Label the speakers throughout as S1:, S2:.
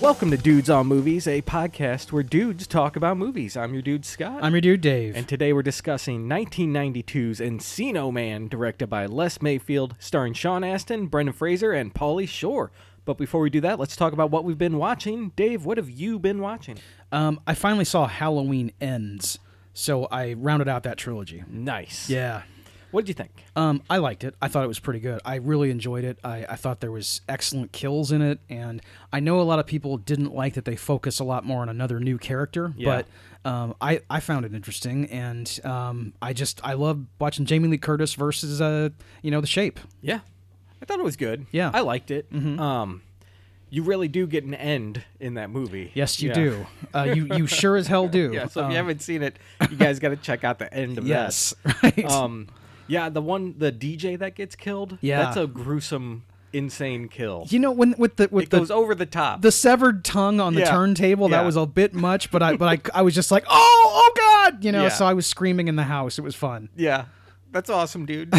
S1: Welcome to Dudes on Movies, a podcast where dudes talk about movies. I'm your dude Scott.
S2: I'm your dude, Dave.
S1: and today we're discussing 1992's Encino Man, directed by Les Mayfield, starring Sean Astin, Brendan Fraser, and Pauly Shore. But before we do that, let's talk about what we've been watching. Dave, what have you been watching?
S2: um, I finally saw Halloween Ends, so I rounded out that trilogy.
S1: Nice.
S2: Yeah.
S1: What did you think?
S2: Um, I liked it. I thought it was pretty good. I really enjoyed it. I, I thought there was excellent kills in it, and I know a lot of people didn't like that they focus a lot more on another new character,
S1: Yeah.
S2: but um, I, I found it interesting, and um, I just I love watching Jamie Lee Curtis versus uh you know the Shape.
S1: Yeah, I thought it was good.
S2: Yeah. Mm-hmm.
S1: I liked it. Um, you really do get an end in that movie.
S2: Yes, you
S1: Yeah.
S2: do. Uh, you you sure as hell do.
S1: Yeah, so if
S2: Um,
S1: you haven't seen it, you guys got to check out the end of
S2: yes,
S1: that.
S2: right.
S1: Um, yeah, the one the DJ that gets killed.
S2: Yeah.
S1: that's a gruesome, insane kill.
S2: you know when with the with
S1: it
S2: the
S1: goes over the top.
S2: the severed tongue on the
S1: Yeah.
S2: turntable
S1: Yeah.
S2: that was a bit much but i but I, I was just like oh oh god you know
S1: Yeah.
S2: so i was screaming in the house it was fun
S1: yeah, that's awesome, dude.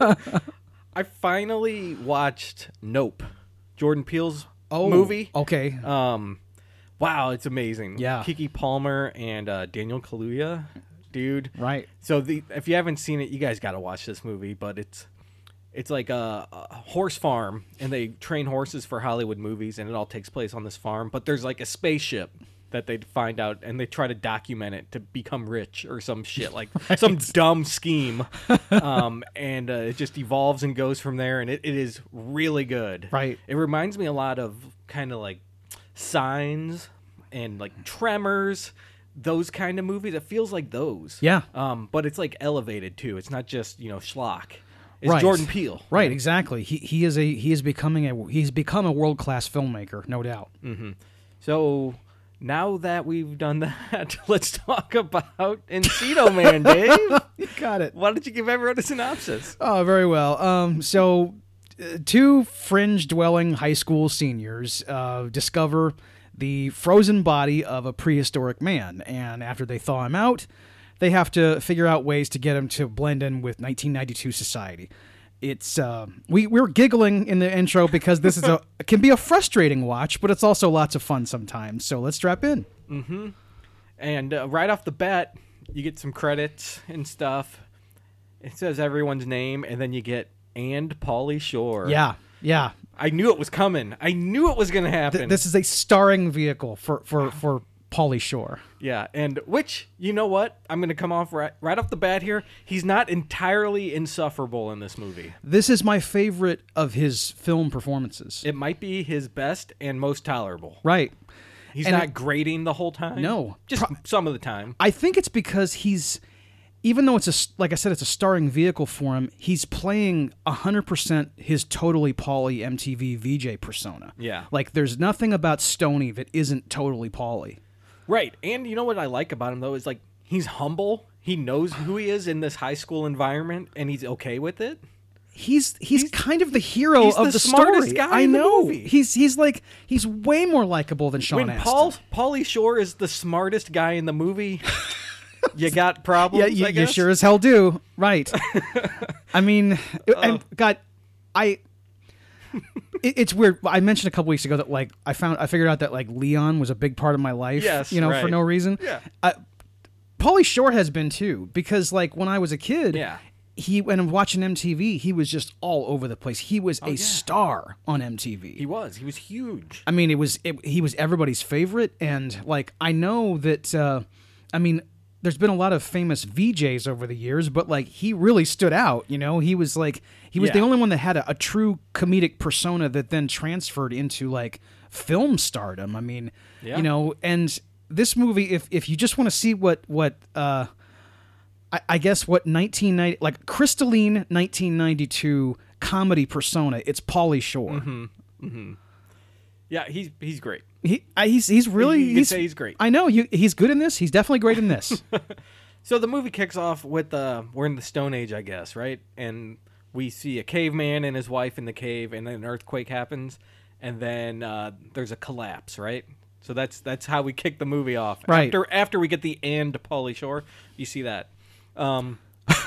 S1: I finally watched Nope, Jordan Peele's
S2: oh
S1: movie.
S2: okay
S1: Um, wow, it's amazing.
S2: Yeah.
S1: Kiki Palmer and uh, Daniel Kaluuya, dude.
S2: right
S1: So the if you haven't seen it, you guys got to watch this movie. But it's it's like a, a horse farm, and they train horses for Hollywood movies, and it all takes place on this farm. But there's like a spaceship that they find out, and they try to document it to become rich or some shit like some dumb scheme. um, and uh, it just evolves and goes from there, and it, it is really good.
S2: Right.
S1: It reminds me a lot of kind of like signs and like tremors. Those kind of movies, it feels like those.
S2: Yeah.
S1: Um, but it's like elevated too. It's not just you know schlock. It's
S2: Right.
S1: Jordan Peele.
S2: right exactly he he is a he is becoming a he's become a world-class filmmaker no doubt
S1: So now that we've done that, let's talk about Encino Man, Dave.
S2: got it
S1: Why don't you give everyone a synopsis?
S2: Oh, very well. Um, so, uh, two fringe dwelling high school seniors uh, discover the frozen body of a prehistoric man. And after they thaw him out, they have to figure out ways to get him to blend in with 1992 society. It's uh, we we're giggling in the intro because this is a can be a frustrating watch, but it's also lots of fun sometimes. So let's strap in.
S1: And uh, right off the bat, you get some credits and stuff. It says everyone's name, and then you get and Pauly Shore.
S2: Yeah, yeah.
S1: I knew it was coming. I knew it was gonna happen.
S2: Th- this is a starring vehicle for for for Pauly Shore.
S1: Yeah, and which you know what? I'm gonna come off right right off the bat here. He's not entirely insufferable in this movie.
S2: This is my favorite of his film performances.
S1: It might be his best and most tolerable.
S2: right.
S1: He's
S2: And
S1: not
S2: I-
S1: grating the whole time.
S2: No.
S1: just some of the time.
S2: I think it's because he's even though it's a s- like I said it's a starring vehicle for him, he's playing 100% his totally Pauly MTV VJ persona.
S1: Yeah.
S2: Like there's nothing about Stony that isn't totally Pauly.
S1: Right, and you know what I like about him though is like he's humble. He knows who he is in this high school environment, and he's okay with it.
S2: He's, he's kind of the hero
S1: he's
S2: of
S1: the
S2: the,
S1: smartest
S2: story.
S1: guy
S2: I
S1: in the
S2: know.
S1: movie.
S2: He's he's like he's way more likable than Sean
S1: When
S2: Astin.
S1: Paul Paulie Shore is the smartest guy in the movie, you got problems.
S2: Yeah, you,
S1: I
S2: you
S1: guess?
S2: sure as hell do. Right. I mean,
S1: Oh.
S2: and God, I. it- it's weird. I mentioned a couple weeks ago that like I found I figured out that like Leon was a big part of my life.
S1: Yes,
S2: you know, for
S1: right.
S2: no reason.
S1: Yeah.
S2: I, Paulie Shore has been too because like when I was a kid.
S1: Yeah.
S2: He when I'm watching MTV, he was just all over the place. He
S1: Oh,
S2: was a star on MTV.
S1: He was. He was huge.
S2: I mean, it was it, he was everybody's favorite, and like I know that, uh, I mean, there's been a lot of famous VJs over the years, but like he really stood out. You know, he was like he was the
S1: Yeah.
S2: only one that had a, a true comedic persona that then transferred into like film stardom. I mean,
S1: Yeah.
S2: you know, and this movie, if if you just want to see what what. Uh, I, I guess what 1990 like crystalline 1992 comedy persona it's Pauly Shore
S1: Mm-hmm. Yeah, he's he's great.
S2: He, I, he's he's really
S1: You can
S2: he's,
S1: say he's great.
S2: I know you. He's good in this. He's definitely great in this.
S1: So the movie kicks off with uh we're in the Stone Age, I guess, right? And we see a caveman and his wife in the cave, and then an earthquake happens, and then uh, there's a collapse, right? So that's that's how we kick the movie off.
S2: Right.
S1: After after we get the and Polly Shore, you see that. Um,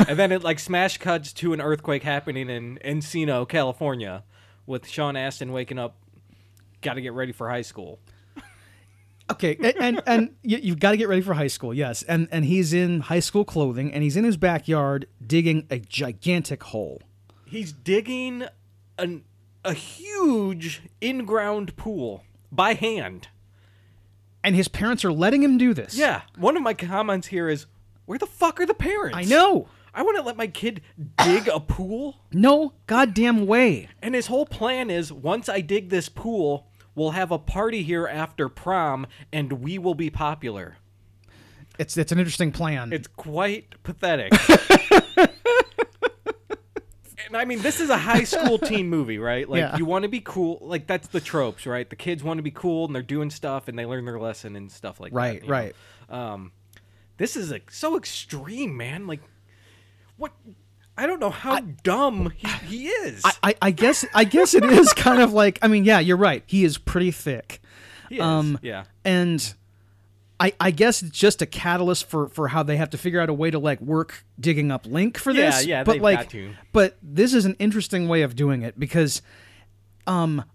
S1: and then it like smash cuts to an earthquake happening in Encino, California, with Sean Astin waking up, got to get ready for high school.
S2: Okay, and and, and you, you've got to get ready for high school. Yes, and and he's in high school clothing, and he's in his backyard digging a gigantic hole.
S1: He's digging an a huge in-ground pool by hand.
S2: And his parents are letting him do this.
S1: Yeah. One of my comments here is, where the fuck are the parents?
S2: I know.
S1: I wouldn't let my kid dig a pool.
S2: No goddamn way.
S1: And his whole plan is once I dig this pool, we'll have a party here after prom and we will be popular.
S2: It's it's an interesting plan.
S1: It's quite pathetic. and I mean, this is a high school teen movie, right? Like,
S2: Yeah.
S1: you want to be cool. Like, that's the tropes, right? The kids want to be cool and they're doing stuff and they learn their lesson and stuff like
S2: Right,
S1: that. you know?
S2: right.
S1: Um, this is like so extreme, man. Like, what? I don't know how dumb he, he is.
S2: I, I, I guess I guess it is kind of like I mean yeah you're right he is pretty thick
S1: He is, yeah.
S2: Um, and I I guess it's just a catalyst for for how they have to figure out a way to like work digging up link for
S1: Yeah,
S2: this
S1: yeah,
S2: but
S1: they've
S2: like
S1: got to.
S2: but this is an interesting way of doing it because um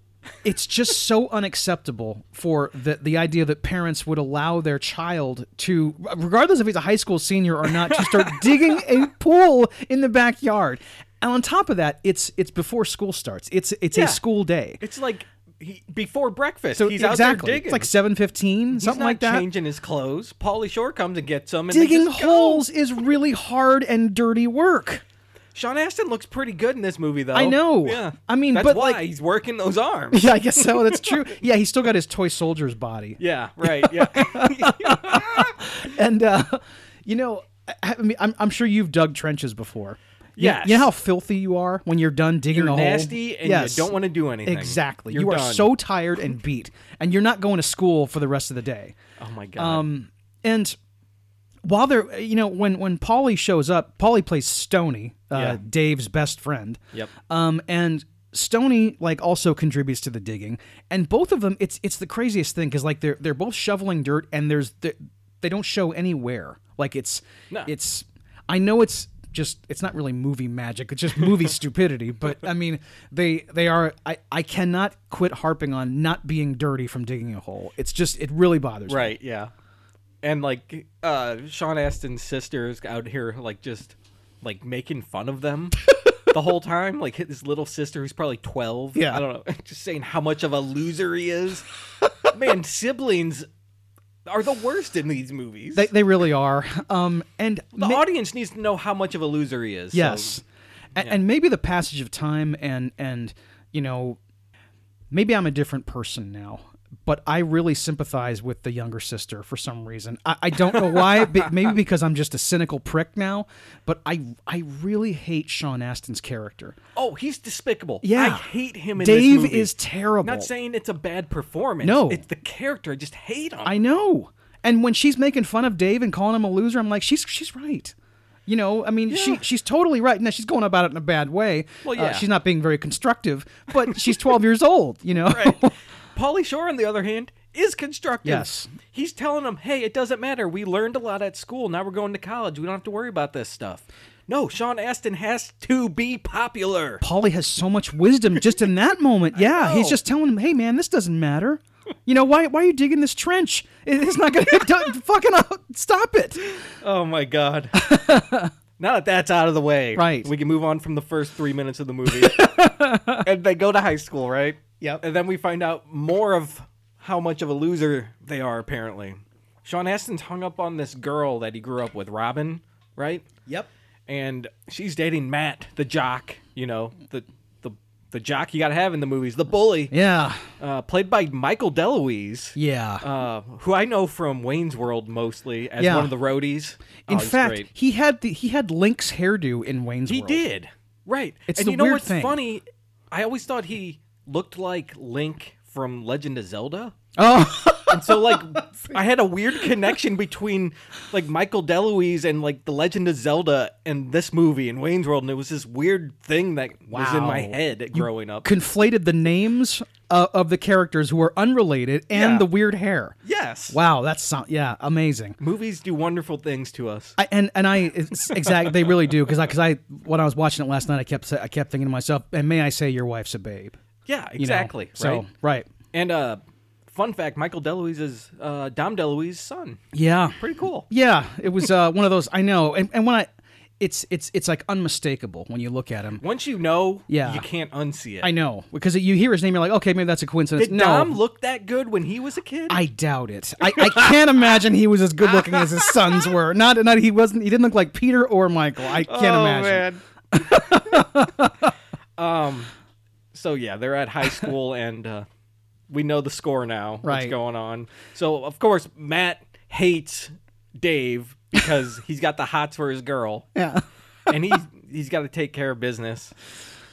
S2: it's just so unacceptable for the the idea that parents would allow their child to regardless if he's a high school senior or not to start digging a pool in the backyard. And on top of that, it's it's before school starts. It's it's
S1: Yeah.
S2: a school day.
S1: It's like he, before breakfast.
S2: So
S1: he's
S2: exactly,
S1: out there digging.
S2: it's like seven fifteen,
S1: He's
S2: something
S1: not
S2: like that.
S1: Changing his clothes. Paulie Shore comes and gets him. And they
S2: digging
S1: just go.
S2: holes is really hard and dirty work.
S1: Sean Astin looks pretty good in this movie, though.
S2: I know.
S1: Yeah.
S2: I mean,
S1: That's
S2: but,
S1: why
S2: like-
S1: he's working those arms.
S2: Yeah, I guess so. That's true. Yeah, he's still got his toy soldier's body,
S1: yeah. Right. Yeah.
S2: and uh, you know, I, I mean, I'm, I'm sure you've dug trenches before. You-
S1: Yes.
S2: You know how filthy you are when you're done digging
S1: You're
S2: a
S1: nasty
S2: hole.
S1: and
S2: Yes.
S1: you don't want to do anything.
S2: Exactly.
S1: You're
S2: You are
S1: done.
S2: so tired and beat, and you're not going to school for the rest of the day.
S1: Oh my god.
S2: Um, and while they're, you know, when when Polly shows up, Polly plays Stony, uh,
S1: Yeah.
S2: Dave's best friend.
S1: Yep.
S2: Um, and Stony like also contributes to the digging, and both of them, it's it's the craziest thing because like they're they're both shoveling dirt, and there's they, they don't show anywhere. Like it's
S1: No.
S2: it's I know it's just it's not really movie magic it's just movie stupidity but i mean they they are i i cannot quit harping on not being dirty from digging a hole it's just it really bothers me.
S1: right. Yeah. And like uh, Sean Astin's sisters out here, like just like making fun of them. The whole time, like his little sister, who's probably twelve.
S2: Yeah.
S1: I don't know. Just saying how much of a loser he is. Man, siblings are the worst in these movies.
S2: They, they really are. Um, and
S1: the
S2: ma-
S1: audience needs to know how much of a loser he is. so-
S2: yes, A- and maybe the passage of time and and you know, maybe I'm a different person now. But I really sympathize with the younger sister for some reason. I, I don't know why. but maybe because I'm just a cynical prick now. But I I really hate Sean Astin's character.
S1: oh, he's despicable.
S2: Yeah.
S1: I hate him. In
S2: Dave
S1: this movie.
S2: is terrible.
S1: Not saying it's a bad performance.
S2: No.
S1: it's the character. I just hate him.
S2: I know. And when she's making fun of Dave and calling him a loser, I'm like, she's she's right. You know, I mean, she she's totally right. Now she's going about it in a bad way.
S1: Well,
S2: Uh,
S1: yeah.
S2: she's not being very constructive, but she's 12 years old. You know,
S1: right. Paulie Shore, on the other hand, is constructive.
S2: Yes.
S1: he's telling him, "Hey, it doesn't matter. We learned a lot at school. Now we're going to college. We don't have to worry about this stuff." No, Sean Astin has to be popular.
S2: Polly has so much wisdom just in that moment. Yeah, he's
S1: know.
S2: just telling him, "Hey, man, this doesn't matter. You know, why why are you digging this trench? It- It's not going to fucking out. stop it."
S1: Oh my god. Now that that's out of the way,
S2: Right.
S1: We can move on from the first three minutes of the movie, and they go to high school, right?
S2: Yep.
S1: And then we find out more of how much of a loser they are. Apparently, Sean Astin's hung up on this girl that he grew up with, Robin, right?
S2: Yep.
S1: And she's dating Matt, the jock. You know, the the the jock you got to have in the movies, the bully,
S2: Yeah.
S1: uh, played by Michael DeLuise.
S2: Yeah.
S1: Uh, who I know from Wayne's World mostly as
S2: Yeah.
S1: one of the roadies.
S2: in
S1: Oh, he's
S2: fact,
S1: great.
S2: he had the he had Link's hairdo in Wayne's
S1: He
S2: World.
S1: did. Right.
S2: It's
S1: and
S2: the
S1: you know
S2: weird
S1: what's
S2: thing.
S1: funny? I always thought he looked like Link from Legend of Zelda.
S2: Oh.
S1: And so like I had a weird connection between like Michael DeLuise and like The Legend of Zelda and this movie and Wayne's World and it was this weird thing that was in my
S2: Wow.
S1: head growing up.
S2: conflated the names uh, of the characters who are unrelated and
S1: Yeah.
S2: the weird hair.
S1: yes.
S2: Wow, that's so- yeah, amazing.
S1: Movies do wonderful things to us.
S2: I, and and I it's exact they really do because I because I when I was watching it last night I kept sa- I kept thinking to myself and may I say your wife's a babe
S1: Yeah,
S2: you know?
S1: exactly.
S2: so
S1: Right. And uh fun fact: Michael DeLuise is uh, Dom DeLuise's son.
S2: Yeah.
S1: Pretty cool.
S2: Yeah, it was uh, one of those. I know, and, and when I, it's it's it's like unmistakable when you look at him.
S1: Once you know,
S2: Yeah.
S1: you can't unsee it.
S2: I know because you hear his name, you're like, okay, maybe that's a coincidence.
S1: Did
S2: no,
S1: Dom look that good when he was a kid?
S2: I doubt it. I, I can't imagine he was as good looking as his sons were. Not not he wasn't. He didn't look like Peter or Michael. I can't
S1: Oh,
S2: imagine.
S1: man. um, so yeah, they're at high school, and uh, we know the score now.
S2: Right.
S1: What's going on? So of course Matt hates Dave because he's got the hots for his girl,
S2: Yeah.
S1: and he he's got to take care of business.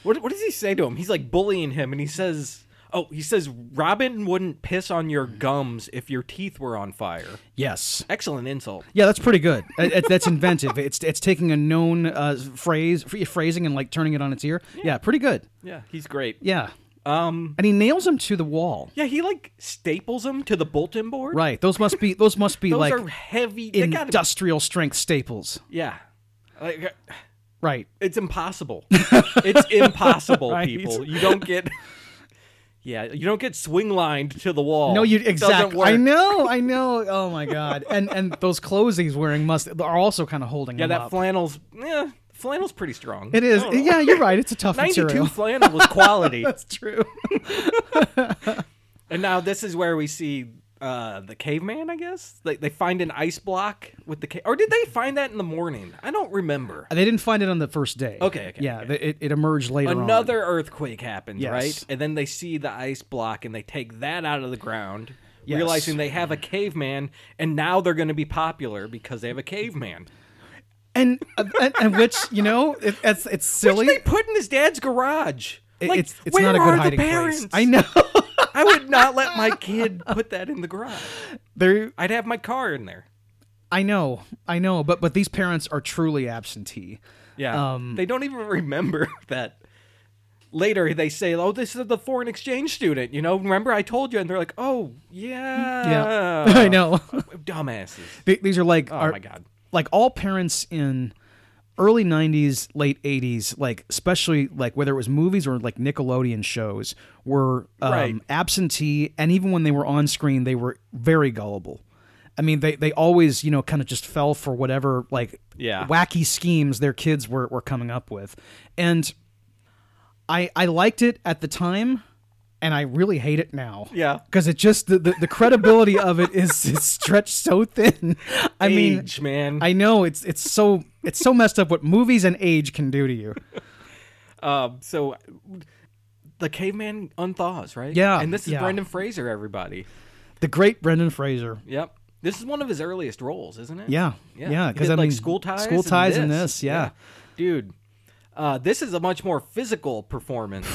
S1: What what does he say to him? He's like bullying him, and he says. Oh, he says Robin wouldn't piss on your gums if your teeth were on fire.
S2: Yes.
S1: Excellent insult.
S2: Yeah, that's pretty good. It- it- that's inventive. It's it's taking a known uh, phrase phrasing and like turning it on its ear. Yeah, pretty good.
S1: Yeah, he's great.
S2: Yeah,
S1: Um,
S2: and he nails him to the wall.
S1: Yeah, he like staples them to the bulletin board.
S2: Right. Those must be those must be
S1: Those
S2: like
S1: are heavy. They gotta, be-
S2: industrial strength staples.
S1: yeah. Like, uh,
S2: Right.
S1: it's impossible. it's impossible,
S2: Right.
S1: people. You don't get. Yeah, you don't get swing lined to the wall.
S2: No, you
S1: It doesn't
S2: exactly.
S1: work.
S2: I know. I know. Oh my god. And and those clothes he's wearing must are also kind of holding
S1: Yeah,
S2: him
S1: that
S2: up.
S1: flannel's yeah, flannel's pretty strong.
S2: it is. Yeah, you're right. It's a tough
S1: Ninety two
S2: material.
S1: flannel was quality.
S2: That's true.
S1: and now this is where we see uh the caveman. I guess they they find an ice block with the ca- or did they find that in the morning? I don't remember.
S2: they didn't find it on the first day.
S1: Okay, okay,
S2: Yeah,
S1: okay.
S2: th- it, it emerged later. on.
S1: another earthquake happens,
S2: Yes.
S1: right? And then they see the ice block and they take that out of the ground,
S2: Yes.
S1: realizing they have a caveman, and now they're going to be popular because they have a caveman.
S2: and, uh, and and which you know it, it's it's silly.
S1: They put in his dad's garage.
S2: It-
S1: like,
S2: it's it's
S1: where
S2: not a
S1: are
S2: good
S1: the
S2: hiding
S1: parents?
S2: place. I know.
S1: I would not let my kid put that in the garage.
S2: They're
S1: I'd have my car in there.
S2: I know. I know. But but these parents are truly absentee.
S1: Yeah.
S2: Um,
S1: they don't even remember that. Later, they say, "Oh, this is the foreign exchange student." You know, remember I told you? And they're like, "Oh, yeah,
S2: I know.
S1: dumbasses."
S2: Th- these are like
S1: Oh
S2: are,
S1: my god.
S2: like all parents in early 90s late 80s like especially like whether it was movies or like nickelodeon shows were um,
S1: Right.
S2: absentee and even when they were on screen they were very gullible i mean they, they always you know kind of just fell for whatever like
S1: Yeah.
S2: wacky schemes their kids were, were coming up with and i i liked it at the time and i really hate it now
S1: Yeah.
S2: because it just the, the, the credibility of it is, is stretched so thin i mean
S1: age, man.
S2: I know it's it's so it's so messed up what movies and age can do to you.
S1: um, so the caveman unthaws, right?
S2: Yeah,
S1: And this is
S2: yeah.
S1: Brendan Fraser, everybody.
S2: The great Brendan Fraser.
S1: Yep. This is one of his earliest roles, isn't it?
S2: Yeah, yeah,
S1: He
S2: because
S1: did,
S2: I
S1: like
S2: mean,
S1: school ties,
S2: school ties, and this, yeah.
S1: Dude, uh, this is a much more physical performance.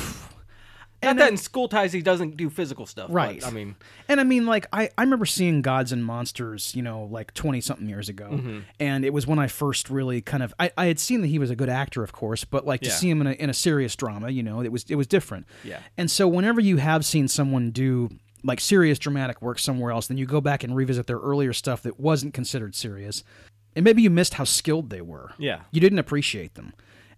S1: Not that in school ties he doesn't do physical stuff. but,
S2: Right.
S1: I mean,
S2: And I mean, like I I remember seeing Gods and Monsters, you know, like twenty something years ago,
S1: Mm-hmm.
S2: and it was when I first really kind of I, I had seen that he was a good actor, of course, but like
S1: Yeah.
S2: to see him in a in a serious drama, you know, it was it was different.
S1: Yeah.
S2: And so whenever you have seen someone do like serious dramatic work somewhere else, then you go back and revisit their earlier stuff that wasn't considered serious, and maybe you missed how skilled they were.
S1: yeah. Mm-hmm.
S2: you didn't appreciate them.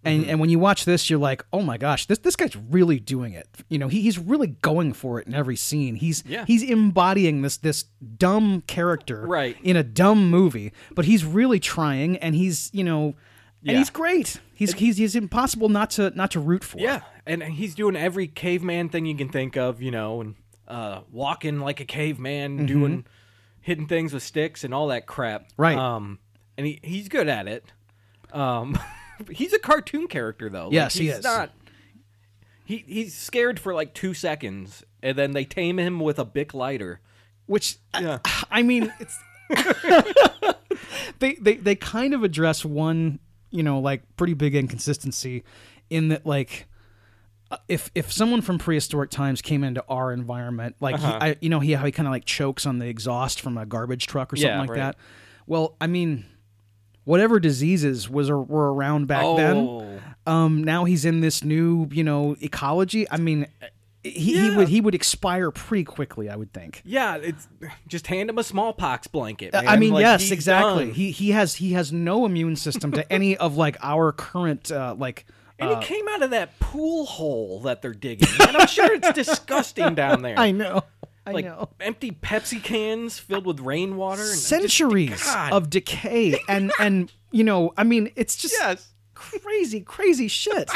S2: And and when you watch this, you're like, oh my gosh, this this guy's really doing it. You know, he, he's really going for it in every scene. He's
S1: Yeah.
S2: he's embodying this this dumb character
S1: Right.
S2: in a dumb movie, but he's really trying, and he's you know,
S1: Yeah.
S2: and he's great. He's he's he's impossible not to not to root for.
S1: Yeah, and and he's doing every caveman thing you can think of, you know, and uh, walking like a caveman,
S2: Mm-hmm.
S1: doing hitting things with sticks and all that crap.
S2: Right.
S1: Um, and he, he's good at it. Um, he's a cartoon character though. Like,
S2: Yes, he
S1: he's
S2: is.
S1: Not. He he's scared for like two seconds, and then they tame him with a bic lighter.
S2: Which
S1: Yeah.
S2: I mean, it's they, they they kind of address one, you know, like pretty big inconsistency in that like uh, if if someone from prehistoric times came into our environment, like
S1: Uh-huh.
S2: he, I, you know, he how he kind of like chokes on the exhaust from a garbage truck or something
S1: Yeah,
S2: like
S1: right.
S2: that. Well, I mean, whatever diseases was or were around back then,
S1: oh,
S2: um, now he's in this new, you know, ecology. I mean, he, he
S1: Yeah.
S2: would he would expire pretty quickly, I would think.
S1: yeah. It's just hand him a smallpox blanket. Man.
S2: Uh, I mean,
S1: Like,
S2: yes,
S1: he's
S2: exactly.
S1: done.
S2: He he has he has no immune system to any of like our current uh, like.
S1: And he came out of that pool hole that they're digging. And I'm sure it's disgusting down there.
S2: know. I
S1: like
S2: know.
S1: empty Pepsi cans filled with rainwater. And just-
S2: Centuries
S1: God.
S2: of decay and and you know, I mean, it's just
S1: yes.
S2: crazy, crazy shit.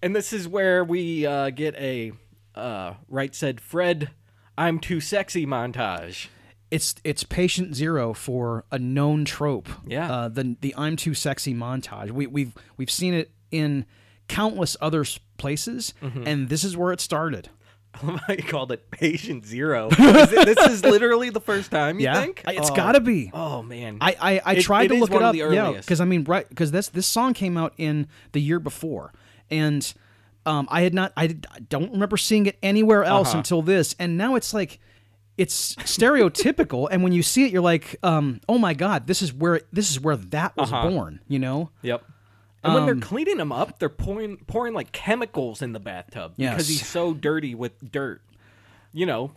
S1: And this is where we uh, get a uh, right said Fred, I'm too sexy montage.
S2: it's it's patient zero for a known trope.
S1: Yeah.
S2: Uh, the the I'm too sexy montage. We we've we've seen it in countless other s- places,
S1: Mm-hmm.
S2: and this is where it started.
S1: I love how you called it patient zero. Is it- this is literally the first time you
S2: Yeah,
S1: think?
S2: I-
S1: It's
S2: it's gotta be.
S1: Oh man.
S2: I I, I
S1: It-
S2: tried
S1: it
S2: to
S1: is
S2: look
S1: one
S2: it
S1: of
S2: up.
S1: the
S2: yeah,
S1: earliest.
S2: because I mean, right? Because this this song came out in the year before, and um, I had not I, did- I don't remember seeing it anywhere else
S1: Uh-huh.
S2: until this, and now it's like it's stereotypical, and when you see it, you're like, um, oh my god, this is where this is where that was
S1: Uh-huh.
S2: born. You know.
S1: Yep. And when
S2: Um,
S1: they're cleaning him up, they're pouring pouring like chemicals in the bathtub because
S2: Yes.
S1: he's so dirty with dirt. You know,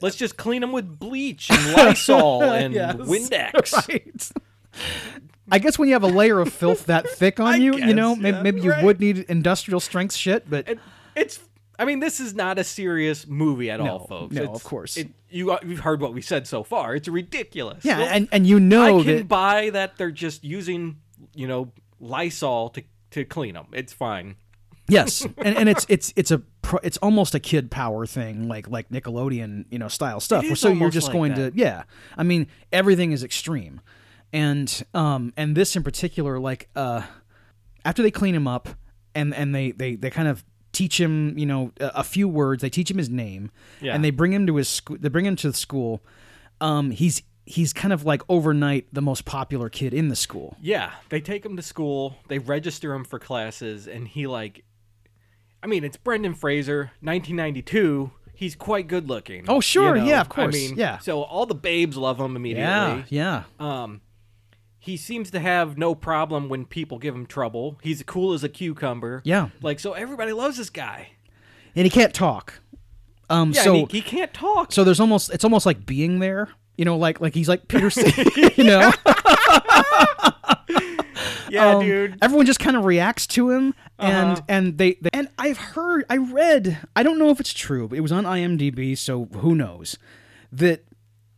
S1: let's just clean him with bleach and Lysol and
S2: Yes.
S1: Windex.
S2: right. I guess when you have a layer of filth that thick on you, you know,
S1: guess,
S2: maybe,
S1: yeah,
S2: maybe you
S1: right.
S2: would need industrial strength shit, but
S1: It- it's I mean, this is not a serious movie at all, folks.
S2: no,
S1: It's-
S2: of course.
S1: It, you uh, you've heard what we said so far. It's ridiculous.
S2: yeah,
S1: Well,
S2: and, and you
S1: I
S2: know
S1: can
S2: that
S1: buy that they're just using, you know, Lysol to to clean them. It's fine.
S2: yes, and, and it's it's it's a pro, it's almost a kid power thing, like like Nickelodeon you know style stuff.
S1: is
S2: So you're
S1: almost
S2: just
S1: like
S2: going
S1: that.
S2: to yeah. I mean everything is extreme, and um and this in particular, like uh, after they clean him up, and and they they they kind of teach him you know a, a few words. They teach him his name,
S1: Yeah.
S2: and they bring him to his school. They bring him to the school. Um, he's he's kind of like overnight the most popular kid in the school.
S1: Yeah, they take him to school, they register him for classes, and he like, I mean, it's Brendan Fraser, 1992. He's quite good looking.
S2: Oh, sure, yeah, of
S1: I
S2: course,
S1: mean,
S2: yeah.
S1: So all the babes love him immediately.
S2: Yeah, yeah.
S1: He seems to have no problem when people give him trouble. He's cool as a cucumber.
S2: Yeah.
S1: Like so, everybody loves this guy.
S2: and he can't talk. Um,
S1: Yeah,
S2: so
S1: and he, he can't talk.
S2: so there's almost it's almost like being there, you know, like like he's like Peterson, you know.
S1: yeah,
S2: Um,
S1: dude. Uh-huh.
S2: Everyone just kind of reacts to him, and and they, they and I've heard, I read, I don't know if it's true, but it was on IMDb, so who knows, that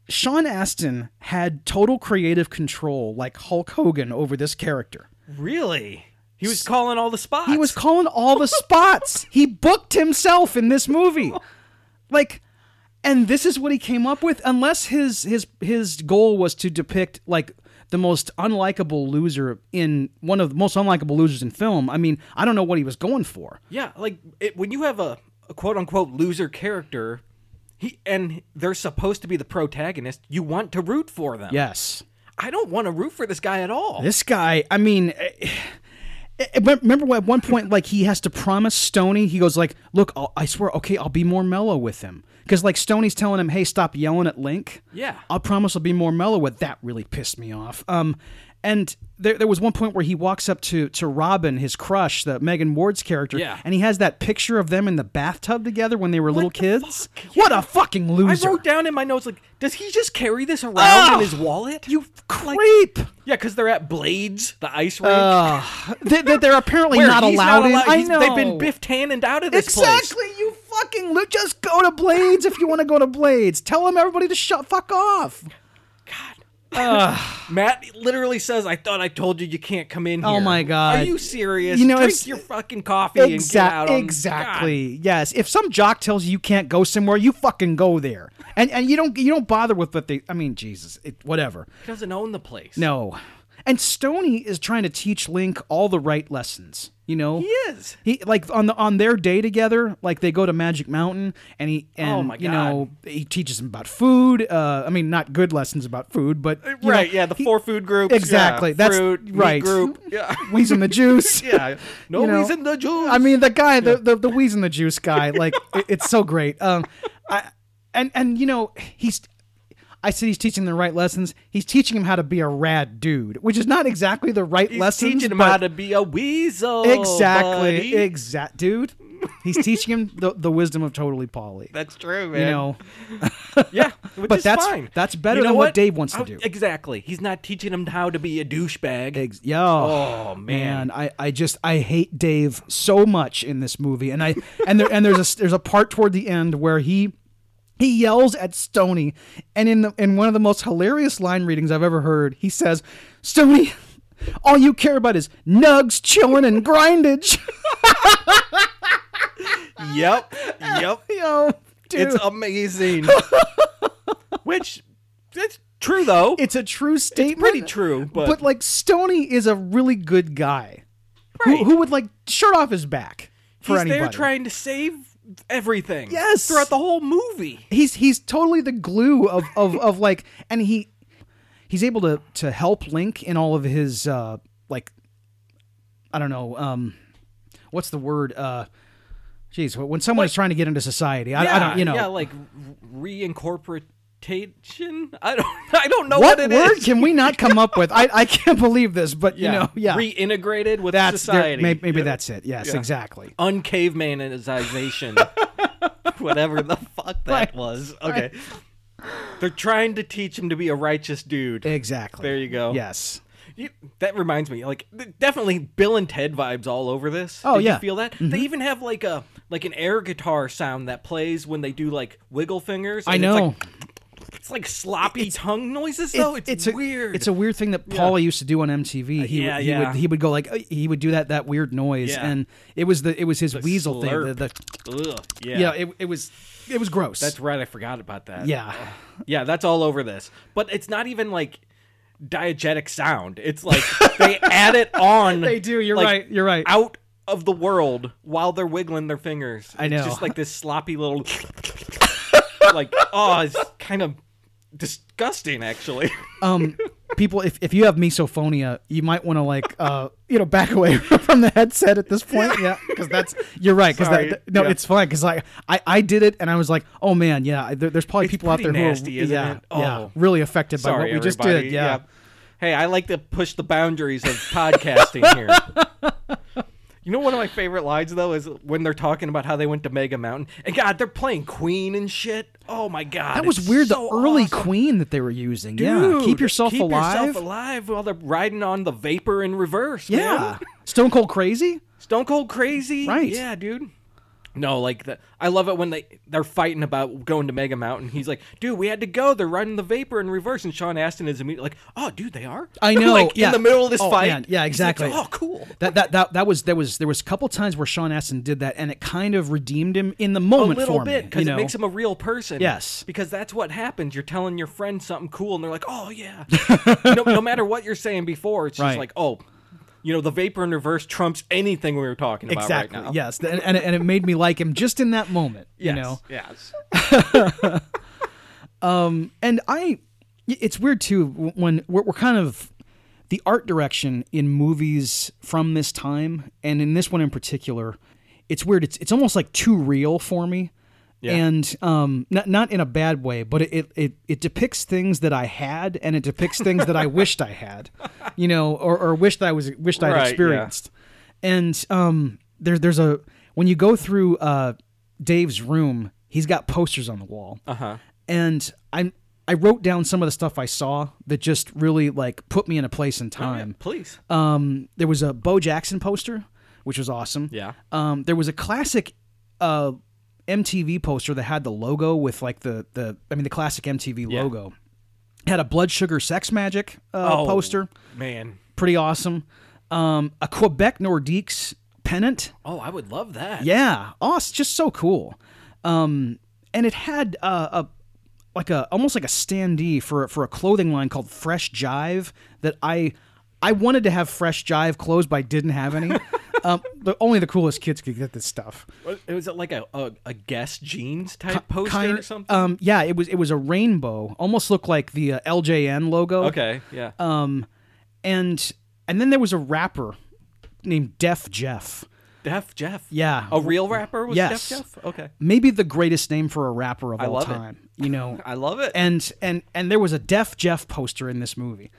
S2: Sean Astin had total creative control, like Hulk Hogan, over this character.
S1: Really? He was calling all the spots.
S2: He was calling all the spots. He booked himself in this movie. Like and this is what he came up with unless his his his goal was to depict like the most unlikable loser in one of the most unlikable losers in film. I mean, I don't know what he was going for.
S1: Yeah, like it, when you have a, a quote unquote loser character, he and they're supposed to be the protagonist. You want to root for them.
S2: Yes.
S1: I don't want to root for this guy at all.
S2: This guy, I mean, eh, eh, but remember at one point, like he has to promise Stony. He goes like, "Look, I'll, I swear, okay, I'll be more mellow with him." Because like Stony's telling him, "Hey, stop yelling at Link."
S1: Yeah.
S2: I'll promise I'll be more mellow. With that, really pissed me off. Um, and there, there was one point where he walks up to to Robin, his crush, the Megan Ward's character,
S1: Yeah.
S2: and he has that picture of them in the bathtub together when they were little kids. What a fucking
S1: I
S2: loser!
S1: wrote down in my notes like, does he just carry this around
S2: Oh,
S1: in his wallet?
S2: you creep!
S1: yeah, because they're at Blades, the ice rink.
S2: they, they, they're apparently
S1: where
S2: not
S1: he's
S2: allowed in. I
S1: he's-
S2: know
S1: they've been Biff Tanned out of this place.
S2: Exactly, you fucking lo- just go to Blades if you want to go to Blades. Tell them everybody to shut fuck off.
S1: Matt literally says, "I thought I told you you can't come in here."
S2: Oh my God.
S1: Are you serious?
S2: You know,
S1: drink
S2: it's-
S1: your fucking coffee and get out.
S2: Exactly.
S1: on-
S2: Exactly. Yes. If some jock tells you you can't go somewhere, you fucking go there, and and you don't you don't bother with what they. I mean, Jesus, it, whatever.
S1: God, he doesn't own the place.
S2: No, and Stony is trying to teach Link all the right lessons. You know.
S1: he is.
S2: He like on the on their day together, like they go to Magic Mountain, and he and
S1: Oh my
S2: you know he teaches him about food. Uh, I mean, not good lessons about food, but you
S1: right,
S2: know,
S1: yeah, the
S2: he-
S1: four food groups.
S2: Exactly,
S1: yeah,
S2: that's-
S1: fruit, meat
S2: right.
S1: group. Yeah.
S2: Wheeze in the juice.
S1: yeah. No
S2: You know,
S1: reason to juice.
S2: I mean, the guy, the the, the wheeze in the juice guy, like it- it's so great. Um, I and and you know he's. I said he's teaching the right lessons. He's teaching him how to be a rad dude, which is not exactly the right
S1: He's
S2: lessons.
S1: teaching him
S2: but
S1: how to be a weasel.
S2: exactly,
S1: buddy.
S2: exact dude. He's teaching him the, the wisdom of totally Polly.
S1: That's true, man.
S2: You know,
S1: yeah, which
S2: but
S1: is
S2: that's-
S1: fine.
S2: that's better
S1: You
S2: than what Dave wants to
S1: Oh,
S2: do.
S1: Exactly. He's not teaching him how to be a douchebag.
S2: Ex- yeah.
S1: Oh, man.
S2: man, I, I just I hate Dave so much in this movie, and I and there and there's a there's a part toward the end where he he yells at Stony, and in the, in one of the most hilarious line readings I've ever heard, he says, "Stony, all you care about is nugs, chilling, and grindage."
S1: Yep. Yep.
S2: Yo, dude,
S1: It's amazing. Which it's true though.
S2: it's a true statement.
S1: pretty true, but-
S2: like Stony is a really good guy,
S1: Right.
S2: who, who would like shirt off his back for
S1: He's
S2: anybody.
S1: there trying to save everything.
S2: Yes.
S1: Throughout the whole movie.
S2: he's he's totally the glue of of, of like and he he's able to to help link in all of his uh like i don't know um what's the word uh jeez when someone is trying to get into society i, I don't you know
S1: Yeah, like reincorporation. I don't. I don't know
S2: what,
S1: what, it is.
S2: word can we not come up with i i can't believe this but you know yeah
S1: Reintegrated with
S2: that's there-
S1: society.
S2: may- maybe that's it yes exactly
S1: uncavemanization, whatever the fuck that
S2: Right,
S1: was. Okay, they're trying to teach him to be a righteous dude.
S2: exactly
S1: There you go.
S2: yes
S1: You- that reminds me, like th- definitely Bill and Ted vibes all over this.
S2: Oh,
S1: Did you
S2: yeah.
S1: feel that? They even have like a like an air guitar sound that plays when they do like wiggle fingers.
S2: i
S1: and it's
S2: know
S1: like- It's like sloppy tongue noises though. It's, weird.
S2: A, it's a weird thing that Paula used to do on MTV. He,
S1: yeah,
S2: would, he
S1: yeah.
S2: would he would go like uh, he would do that that weird noise,
S1: Yeah.
S2: and it was the it was his weasel
S1: slurp.
S2: thing. The, the,
S1: Ugh, yeah.
S2: yeah, it, it was it was gross.
S1: that's right. I forgot about that.
S2: yeah,
S1: Yeah, that's all over this. But it's not even like diegetic sound. It's like they add it on.
S2: They do, you're
S1: like,
S2: right, you're right.
S1: Out of the world while they're wiggling their fingers.
S2: I
S1: It's
S2: know.
S1: just like this sloppy little like oh, it's kind of disgusting actually.
S2: um, people, if if you have misophonia, you might want to like uh you know back away from the headset at this point. Yeah, because that's you're right. Because
S1: Sorry.
S2: that, no,
S1: Yeah.
S2: it's fine. Because like I I did it, and I was like, oh man, yeah, I- there, there's probably people out
S1: pretty
S2: there
S1: nasty,
S2: who are
S1: isn't
S2: yeah
S1: it? Oh.
S2: yeah really affected by
S1: Sorry,
S2: what we just
S1: everybody.
S2: did. Yeah.
S1: Hey, I like to push the boundaries of podcasting here. You know, one of my favorite lines though is when they're talking about how they went to Mega Mountain, and God, they're playing Queen and shit. Oh my God,
S2: That was
S1: it's
S2: weird.
S1: so
S2: the early
S1: awesome.
S2: Queen that they were using. yeah,
S1: Dude,
S2: keep yourself
S1: keep
S2: alive.
S1: yourself alive while they're riding on the vapor in reverse. man.
S2: yeah, Stone Cold Crazy.
S1: Stone Cold Crazy.
S2: Right.
S1: Yeah, dude. No, like the, I love it when they they're fighting about going to Mega Mountain. He's like, "Dude, we had to go. They're riding the vapor in reverse." And Sean Astin is immediately like, "Oh, dude, they are."
S2: I know,
S1: like
S2: yeah.
S1: in the middle of this
S2: Oh,
S1: fight.
S2: man, yeah,
S1: He's like,
S2: exactly.
S1: oh, cool.
S2: That that that that was there was there was a couple times where Sean Astin did that, and it kind of redeemed him in the
S1: A
S2: moment
S1: little
S2: for
S1: bit
S2: me.
S1: because
S2: you know?
S1: it makes him a real person.
S2: Yes.
S1: because that's what happens. You're telling your friend something cool, and they're like, "Oh yeah." no, no matter what you're saying before, it's just
S2: Right.
S1: like, "Oh, you know, the vapor in reverse trumps anything we were talking about
S2: exactly.
S1: right now."
S2: yes, and, and and it made me like him just in that moment.
S1: Yes.
S2: You know,
S1: Yes.
S2: and I, it's weird too when we're, we're kind of the art direction in movies from this time, and in this one in particular, it's weird. It's it's almost like too real for me,
S1: Yeah.
S2: and um, not not in a bad way, but it, it it it depicts things that I had, and it depicts things that I wished I had, you know, or or wished I was wished I'd
S1: Right, yeah.
S2: experienced, and um, there there's a when you go through uh Dave's room, he's got posters on the wall.
S1: Uh-huh.
S2: Uh huh and I'm I wrote down some of the stuff I saw that just really like put me in a place in time.
S1: Please.
S2: Um, there was a Bo Jackson poster, which was awesome.
S1: Yeah.
S2: Um, there was a classic uh, MTV poster that had the logo with like the the I mean the classic MTV logo. Had a blood sugar sex magic uh,
S1: Oh,
S2: poster,
S1: Man.
S2: pretty awesome. Um, a Quebec Nordiques pennant.
S1: Oh, I would love that.
S2: Yeah, awesome. Just so cool. Um, and it had uh, a like a almost like a standee for for a clothing line called Fresh Jive that I I wanted to have Fresh Jive clothes, but I didn't have any. um, the, only the coolest kids could get this stuff.
S1: What- It was like a, a, a guess jeans type poster
S2: Kind-
S1: or something.
S2: Um, yeah, it was it was a rainbow, almost looked like the uh, LJN logo.
S1: okay. Yeah.
S2: Um, and and then there was a rapper named Def Jeff.
S1: Def Jeff.
S2: Yeah.
S1: A real rapper was
S2: Yes.
S1: Def Jeff? Okay.
S2: Maybe the greatest name for a rapper of all
S1: love it.
S2: time. You know,
S1: I love it.
S2: and and and there was a Def Jeff poster in this movie.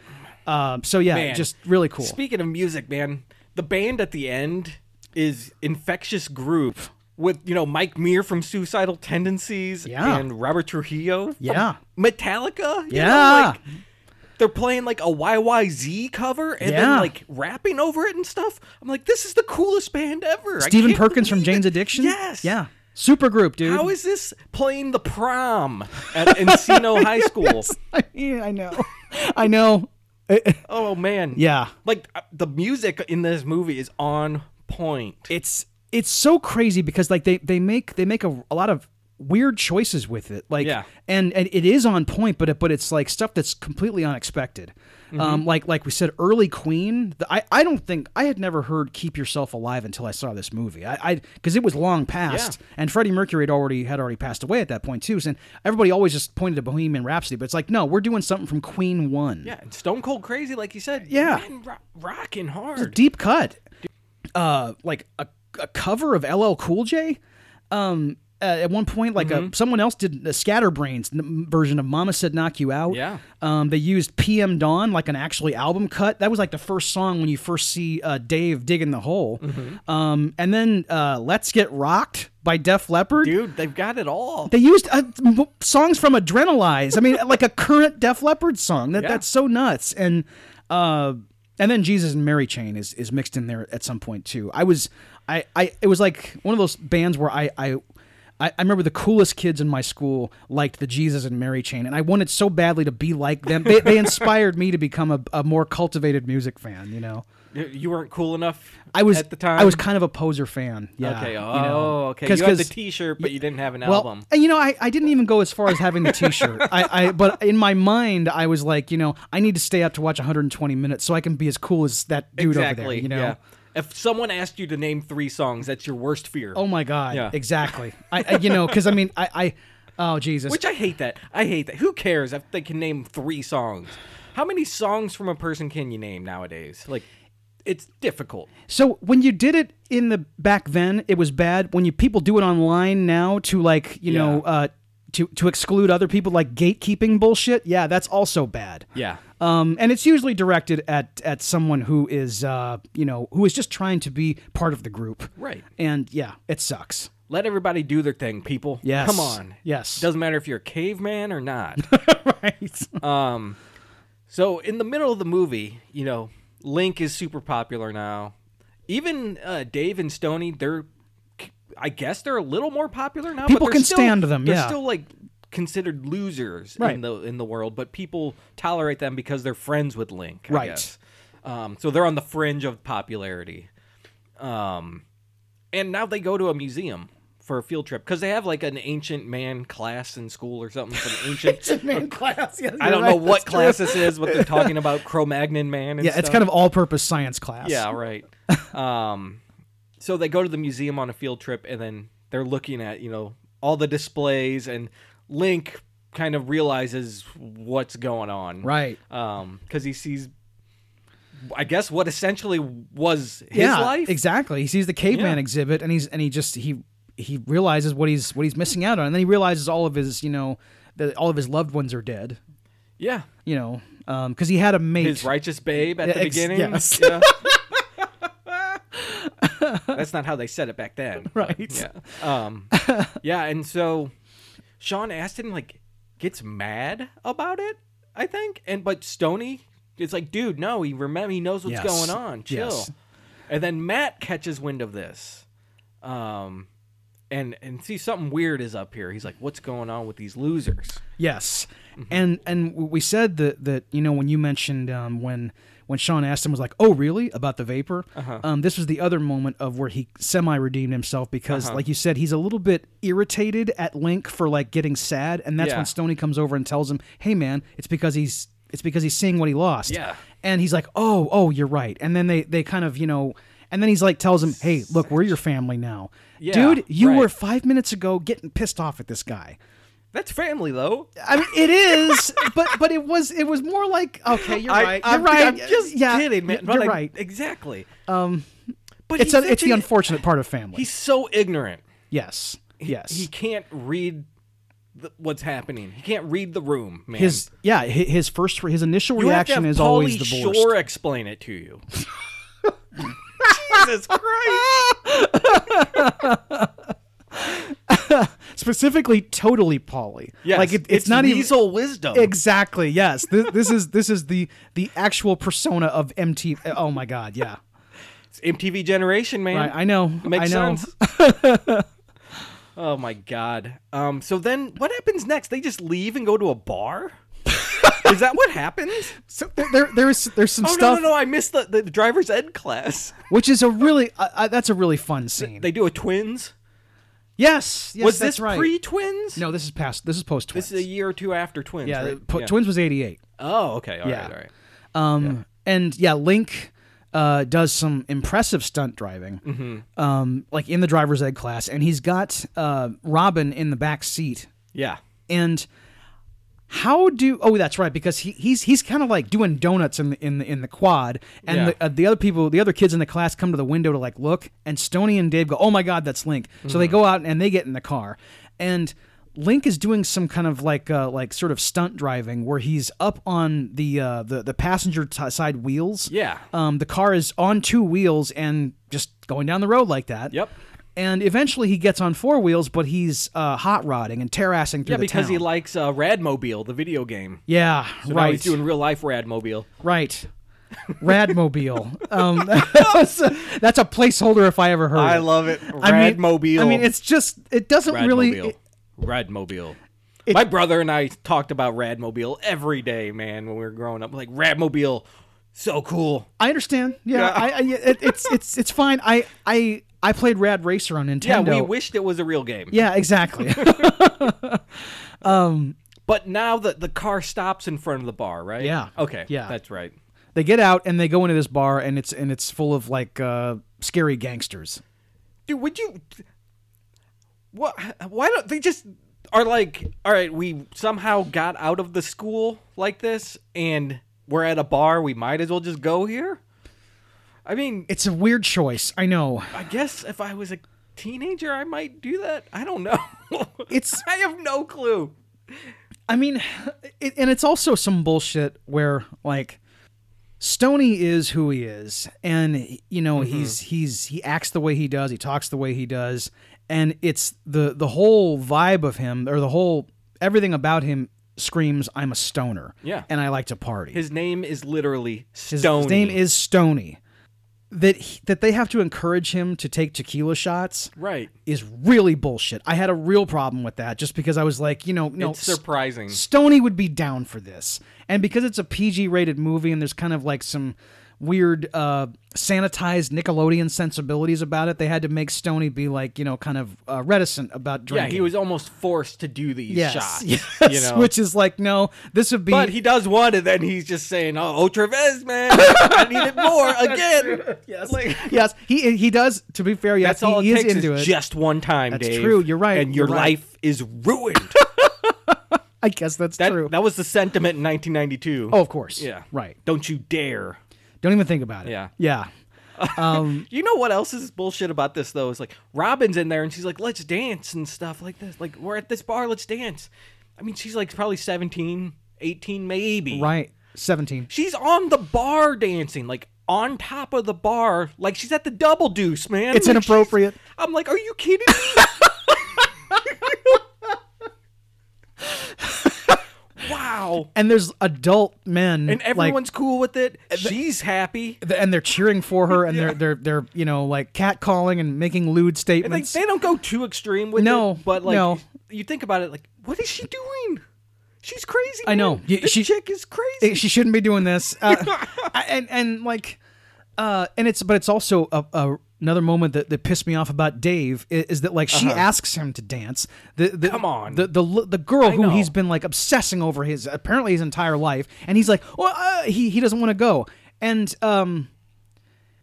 S2: Um, so yeah,
S1: Man.
S2: just really cool.
S1: Speaking of music, man, the band at the end is Infectious Groove. with you know Mike Meir from Suicidal Tendencies
S2: Yeah.
S1: and Robert Trujillo. from
S2: Yeah.
S1: Metallica. you know,
S2: Yeah.
S1: like, they're playing like a YYZ cover and
S2: Yeah.
S1: then like rapping over it and stuff. I'm like, this is the coolest band ever. I
S2: Stephen
S1: can't
S2: Perkins from
S1: believe
S2: Jane's
S1: it.
S2: Addiction.
S1: Yes.
S2: Yeah. Super group, dude.
S1: How is this playing the prom at Encino High School?
S2: I mean, I know. I know.
S1: Oh man.
S2: Yeah.
S1: Like uh, the music in this movie is on point.
S2: It's it's so crazy because like they they make they make a, a lot of weird choices with it. Like
S1: Yeah.
S2: and, and it is on point, but it, but it's like stuff that's completely unexpected. Um, like like we said, early Queen. The, I I don't think I had never heard "Keep Yourself Alive" until I saw this movie. I because it was long past, and Freddie Mercury had already had already passed away at that point too. And everybody always just pointed to Bohemian Rhapsody, but it's like no, we're doing something from Queen one.
S1: Yeah, and Stone Cold Crazy, like you said.
S2: Yeah.
S1: man, ro- rocking hard.
S2: deep cut uh like a, a cover of ll cool j um uh, at one point like a, someone else did a scatterbrains n- version of mama said knock you out
S1: Yeah.
S2: um they used pm dawn like an actually album cut that was like the first song when you first see uh dave digging the hole um and then uh let's get rocked by def leppard
S1: Dude, they've got it all.
S2: they used uh, m- songs from Adrenalize. I mean, like a current Def Leppard song. That
S1: Yeah.
S2: that's so nuts. And uh, and then Jesus and Mary Chain is is mixed in there at some point too. I was I I it was like one of those bands where I I. I I remember the coolest kids in my school liked the Jesus and Mary chain, and I wanted so badly to be like them. They, they inspired me to become a, a more cultivated music fan. You know,
S1: You- You weren't cool enough.
S2: I was
S1: at the time.
S2: I was kind of a poser fan. Yeah,
S1: okay. Oh,
S2: you know.
S1: okay.
S2: 'Cause-
S1: you had the
S2: 'cause-
S1: T-shirt, but you didn't have an album.
S2: and you know, I, I didn't even go as far as having the T-shirt. I, I but in my mind, I was like, you know, I need to stay up to watch 120 minutes so I can be as cool as that dude
S1: exactly.
S2: over there. You know.
S1: Yeah. If someone asked you to name three songs, that's your worst fear.
S2: Oh my God.
S1: Yeah.
S2: Exactly. I, I you know because I mean I, I oh Jesus.
S1: Which I hate that. I hate that. Who cares if they can name three songs? How many songs from a person can you name nowadays? Like, it's difficult.
S2: so when you did it in the back then, it was bad. When you people do it online now to like you know
S1: Yeah.
S2: uh to to exclude other people like gatekeeping bullshit. Yeah, that's also bad.
S1: Yeah.
S2: Um, and it's usually directed at at someone who is uh, you know who is just trying to be part of the group.
S1: Right.
S2: And yeah, it sucks.
S1: Let everybody do their thing, people.
S2: Yes.
S1: Come on.
S2: Yes.
S1: Doesn't matter if you're a caveman or not.
S2: right.
S1: So in the middle of the movie, you know, Link is super popular now. Even uh, Dave and Stony, they're, I guess they're a little more popular now. but
S2: People
S1: they're
S2: can
S1: still-
S2: stand them,
S1: They're
S2: yeah.
S1: still like considered losers
S2: Right.
S1: in the in the world, but people tolerate them because they're friends with Link. I
S2: Right.
S1: guess. Um, so they're on the fringe of popularity. Um, and now they go to a museum for a field trip because they have like an ancient man class in school or something. Some ancient
S2: Man class. Yes,
S1: I don't know what class this is, but they're talking about Cro-Magnon man. And
S2: Yeah, it's kind of all-purpose science class.
S1: yeah, right. um, so they go to the museum on a field trip, and then they're looking at you know all the displays, and Link kind of realizes what's going on,
S2: Right.
S1: Because he sees, I guess, what essentially was his
S2: yeah.
S1: life.
S2: Exactly. He sees the caveman
S1: Yeah.
S2: exhibit, and he's and he just he he realizes what he's what he's missing out on, and then he realizes all of his you know that all of his loved ones are dead.
S1: Yeah,
S2: You know, because he had a mate.
S1: his righteous babe at
S2: Yeah,
S1: the
S2: ex-
S1: beginning.
S2: yes.
S1: Yeah. That's not how they said it back then.
S2: Right.
S1: Yeah. Um, yeah, and so Sean Astin like gets mad about it, I think, and but Stony is like, dude, no, he remember he knows what's
S2: Yes.
S1: going on. Chill.
S2: Yes.
S1: And then Matt catches wind of this, um, and and see something weird is up here. He's like, what's going on with these losers?
S2: Yes,
S1: Mm-hmm.
S2: and and we said that that you know when you mentioned um, when when Sean Astin was like, "Oh, really?" about the vapor.
S1: Uh-huh.
S2: Um, this was the other moment of where he semi redeemed himself because,
S1: Uh-huh.
S2: like you said, he's a little bit irritated at Link for like getting sad, and that's
S1: Yeah.
S2: when Stony comes over and tells him, "Hey, man, it's because he's it's because he's seeing what he lost."
S1: Yeah.
S2: and he's like, "Oh, oh, you're right." And then they they kind of you know. And then he's like, tells him, "Hey, look, we're your family now,
S1: Yeah,
S2: dude. You
S1: right.
S2: were five minutes ago getting pissed off at this guy.
S1: That's family though.
S2: I mean, it is, but but it was it was more like okay, you're right,
S1: I,
S2: you're
S1: am
S2: right,
S1: I'm just
S2: yeah,
S1: kidding, man.
S2: You're
S1: But I-
S2: right.
S1: Exactly. Um, but
S2: It's
S1: he's
S2: a, it's
S1: such
S2: the
S1: an-
S2: unfortunate part of family.
S1: He's so ignorant.
S2: yes, yes.
S1: He can't read the, what's happening. He can't read the room, man.
S2: his yeah, hi- his first his initial
S1: you have to
S2: reaction
S1: have
S2: is
S1: Pauly
S2: always the worst.
S1: Shore explain it to you. Jesus Christ!
S2: specifically totally Polly.
S1: Yes,
S2: like it, it's, not even
S1: weasel wisdom.
S2: exactly. Yes, this, this is this is the the actual persona of MT. Oh my God, yeah.
S1: It's MTV generation, man.
S2: I, I know.
S1: It makes
S2: I know.
S1: sense. oh my god. Um. So then, what happens next? They just leave and go to a bar. Is that what happens?
S2: So there, there, there's there's some
S1: Oh no
S2: stuff
S1: no no! I missed the, the driver's ed class.
S2: which is a really uh, uh, that's a really fun scene.
S1: They do a twins.
S2: yes, yes,
S1: Was
S2: that's
S1: this
S2: right.
S1: pre twins?
S2: No, this is past. This is post twins.
S1: This is a year or two after twins.
S2: yeah,
S1: right?
S2: po-
S1: Yeah.
S2: twins was eighty eight.
S1: Oh okay. All right.
S2: Yeah.
S1: All right.
S2: Um, and yeah, Link uh, does some impressive stunt driving,
S1: Mm-hmm.
S2: um, like in the driver's ed class, and he's got uh, Robin in the back seat.
S1: Yeah.
S2: And how do? Oh, that's right, because he, he's he's kind of like doing donuts in the in the, in the quad, and
S1: Yeah.
S2: the, uh, the other people, the other kids in the class, come to the window to like look, and Stony and Dave go, "Oh my God, that's Link!" So
S1: Mm-hmm.
S2: they go out and they get in the car, and. Link is doing some kind of like uh, like sort of stunt driving where he's up on the uh, the the passenger t- side wheels.
S1: Yeah.
S2: Um, the car is on two wheels and just going down the road like that.
S1: Yep.
S2: And eventually he gets on four wheels, but he's uh, hot rodding and terracing through
S1: Yeah,
S2: the
S1: because
S2: town.
S1: he likes uh, Radmobile, the video game.
S2: Yeah,
S1: So now
S2: right.
S1: he's doing real life Radmobile.
S2: right. Radmobile. Um, that's, a, that's a placeholder if I ever heard. it.
S1: love it.
S2: I mean,
S1: Radmobile.
S2: I mean, it's just it doesn't
S1: Radmobile.
S2: really. it-
S1: Radmobile. My brother and I talked about Radmobile every day, man, when we were growing up. Like Radmobile, so cool.
S2: I understand. Yeah,
S1: Yeah.
S2: I, I, it, it's it's it's fine. I I I played Rad Racer on
S1: Yeah,
S2: Nintendo.
S1: we wished it was a real game.
S2: Yeah, exactly.
S1: But now the the car stops in front of the bar, right?
S2: Yeah.
S1: Okay.
S2: Yeah.
S1: That's right.
S2: they get out and they go into this bar and it's and it's full of like uh, scary gangsters.
S1: Dude, would you? What? Why don't they just are like? All right, we somehow got out of the school like this, and we're at a bar. We might as well just go here. I mean,
S2: It's a weird choice. I know.
S1: I guess if I was a teenager, I might do that. I don't know.
S2: It's-
S1: I have no clue.
S2: I mean, it, and it's also some bullshit where like Stony is who he is, and you know
S1: Mm-hmm.
S2: he's he's he acts the way he does, he talks the way he does, and it's the the whole vibe of him or the whole everything about him screams I'm a stoner,
S1: Yeah.
S2: and I like to party.
S1: His name is literally
S2: His-
S1: Stone.
S2: His name is Stony. That he, that they have to encourage him to take tequila shots
S1: right.
S2: is really bullshit. I had a real problem with that just because I was like, you know, no,
S1: It's surprising.
S2: Stony would be down for this. And because it's a PG rated movie and there's kind of like some weird uh, sanitized Nickelodeon sensibilities about it, they had to make Stony be like, you know, kind of uh, reticent about
S1: Yeah,
S2: drinking.
S1: he was almost forced to do these
S2: yes,
S1: shots.
S2: Yes,
S1: you know?
S2: which is like, no, this would be.
S1: But he does one, and then he's just saying, "Oh, oh, Trevez, man, I need it more again."
S2: yes, yes, he he does. To be fair, yes,
S1: That's all
S2: he
S1: it
S2: is
S1: takes
S2: into
S1: is
S2: it.
S1: just one time,
S2: That's
S1: Dave.
S2: true, you're right,
S1: and your
S2: you're right.
S1: life is ruined.
S2: I guess that's
S1: that,
S2: true.
S1: that was the sentiment in 1992.
S2: oh, of course.
S1: yeah,
S2: right.
S1: Don't you dare.
S2: Don't even think about it.
S1: Yeah.
S2: yeah. Um,
S1: You know what else is bullshit about this though? Is like Robin's in there and she's like, "Let's dance" and stuff like this. Like we're at this bar, let's dance. I mean, she's like probably 17, 18 maybe.
S2: Right. Seventeen.
S1: She's on the bar dancing, like on top of the bar, like she's at the double deuce, man.
S2: It's
S1: Like,
S2: inappropriate.
S1: she's- I'm like, are you kidding me? wow.
S2: And there's adult men
S1: And
S2: like- eh,
S1: everyone's cool with it. She's happy.
S2: th- and they're cheering for her and they're they're they're you know like catcalling and making lewd
S1: Like
S2: statements.
S1: they don't go too extreme with
S2: No,
S1: it, but like
S2: no.
S1: you think about it, like what is she doing? She's crazy.
S2: I know.
S1: man.
S2: Y-
S1: this
S2: she-
S1: chick is
S2: Eh,
S1: crazy.
S2: she shouldn't be doing this. Uh, I- and and like uh and it's but it's also a, a another moment that, that pissed me off about Dave is, is that like she asks him to dance. The, the
S1: Uh-huh. Come on.
S2: The the l- the girl who
S1: know.
S2: he's been like obsessing over his apparently his entire life and he's like, "Well, uh, he he doesn't want to go." And um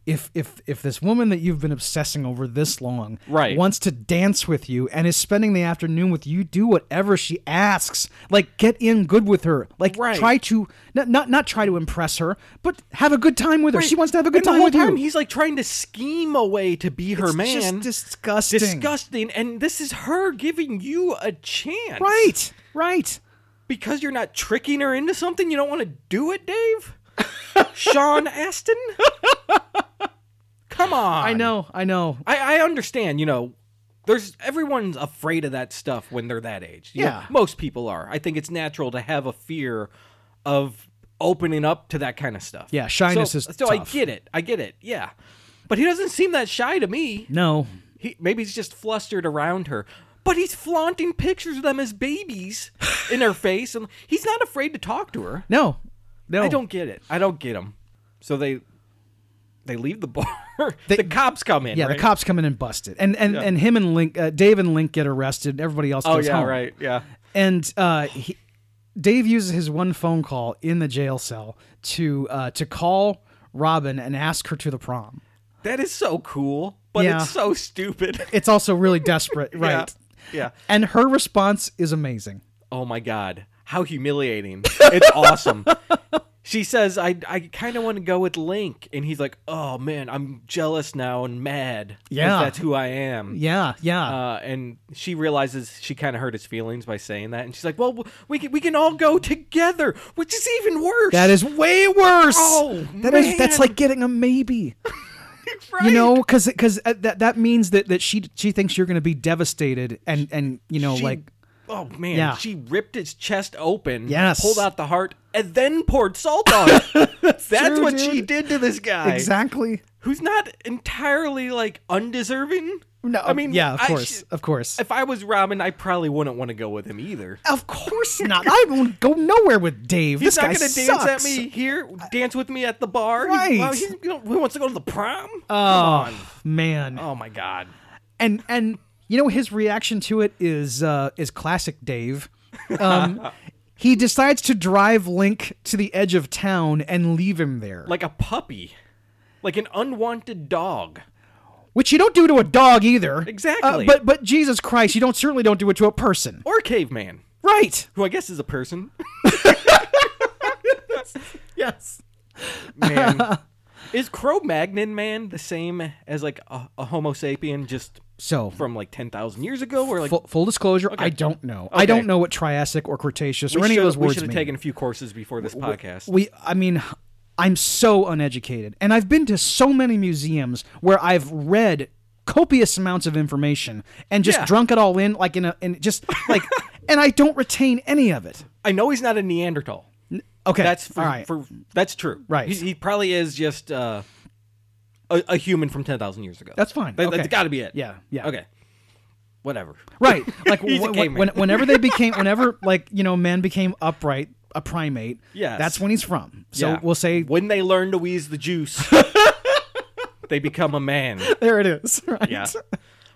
S2: if if if this woman that you've been obsessing over this long
S1: Right.
S2: wants to dance with you and is spending the afternoon with you, do whatever she asks. Like get in good with her. Like
S1: Right.
S2: try to not, not not try to impress her, but have a good time with her. She wants to have a good
S1: and the
S2: time
S1: whole
S2: with
S1: time
S2: you.
S1: He's like trying to scheme a way to be her
S2: It's
S1: man.
S2: just disgusting.
S1: disgusting. And this is her giving you a chance,
S2: Right. Right.
S1: Because you're not tricking her into something. You don't want to do it, Dave. Sean Aston. Come on.
S2: I know. I know.
S1: I, I understand, you know, There's everyone's afraid of that stuff when they're that age. You
S2: Yeah.
S1: most people are. I think it's natural to have a fear of opening up to that kind of stuff.
S2: Yeah, shyness
S1: so,
S2: is
S1: So I
S2: tough.
S1: get it. I get it. Yeah, but he doesn't seem that shy to me.
S2: No.
S1: He maybe he's just flustered around her. But he's flaunting pictures of them as babies in her face, and he's not afraid to talk to her.
S2: No. No.
S1: I don't get it. I don't get them. So they they leave the bar. the cops come in.
S2: Yeah,
S1: right?
S2: the cops come in and bust it, and and, and him and Link, uh, Dave and Link get arrested. Everybody else
S1: Oh
S2: goes
S1: yeah,
S2: home.
S1: right. Yeah.
S2: And uh, he, Dave uses his one phone call in the jail cell to uh, to call Robin and ask her to the prom.
S1: That is so cool, but
S2: Yeah.
S1: it's so stupid.
S2: It's also really desperate, right?
S1: Yeah.
S2: And her response is amazing.
S1: Oh my god, how humiliating! It's awesome. She says, "I I kind of want to go with Link," and he's like, "Oh man, I'm jealous now and mad. 'cause
S2: Yeah.
S1: that's who I am."
S2: Yeah, yeah,
S1: Uh, and she realizes she kind of hurt his feelings by saying that, and she's like, "Well, w- we can we can all go together," which is even worse.
S2: that is way worse.
S1: Oh,
S2: That is- that's
S1: man.
S2: like getting a maybe.
S1: right?
S2: you know because because that that means that that she she thinks you're going to be devastated and and you know
S1: She-
S2: like
S1: oh man
S2: Yeah.
S1: she ripped his chest open
S2: Yes.
S1: pulled out the heart and then poured salt on it that's
S2: true,
S1: what she
S2: dude.
S1: did to this guy
S2: exactly
S1: who's not entirely like undeserving
S2: no
S1: i mean
S2: yeah of
S1: I
S2: course
S1: sh-
S2: of course
S1: if i was robin i probably wouldn't want to go with him either
S2: of course not i won't go nowhere with dave
S1: He's
S2: this
S1: not
S2: guy
S1: gonna dance at
S2: sucks.
S1: me here. Dance with me at the bar. He-
S2: Right.
S1: well, he, you know, he wants to go to the prom.
S2: oh man
S1: oh my god.
S2: and and you know his reaction to it is uh is classic dave um he decides to drive link to the edge of town and leave him there
S1: Like a puppy, like an unwanted dog.
S2: which you don't do to a dog either Uh,
S1: Exactly.
S2: but but jesus christ you don't certainly don't do it to a person
S1: or a caveman,
S2: right
S1: who I guess is a person.
S2: yes
S1: man. Is Cro Magnon man the same as like a, a Homo sapien just
S2: So,
S1: from like ten thousand years ago? Or like
S2: full, full disclosure, I don't know. I don't
S1: Okay.
S2: know what Triassic or Cretaceous
S1: we
S2: or any of
S1: should-
S2: those
S1: we
S2: words
S1: should have
S2: mean.
S1: taken a few courses before this podcast.
S2: we, I mean, I'm so uneducated, and I've been to so many museums where I've read copious amounts of information and just
S1: Yeah.
S2: drunk it all in, like in a, and just like, and I don't retain any of it.
S1: I know he's not a Neanderthal.
S2: Okay,
S1: That's for,
S2: all right.
S1: for that's true.
S2: Right.
S1: He, he probably is just uh, a, a human from ten thousand years ago.
S2: That's fine.
S1: That,
S2: Okay.
S1: has got to be it.
S2: Yeah, yeah.
S1: Okay. Whatever.
S2: Right. Like
S1: He's a
S2: wh-
S1: caveman.
S2: when, whenever they became, whenever like you know, men became upright, a primate.
S1: Yes.
S2: that's when he's from. So
S1: Yeah.
S2: we'll say
S1: when they learn to wheeze the juice, they become a man.
S2: there it is. Right.
S1: Yeah.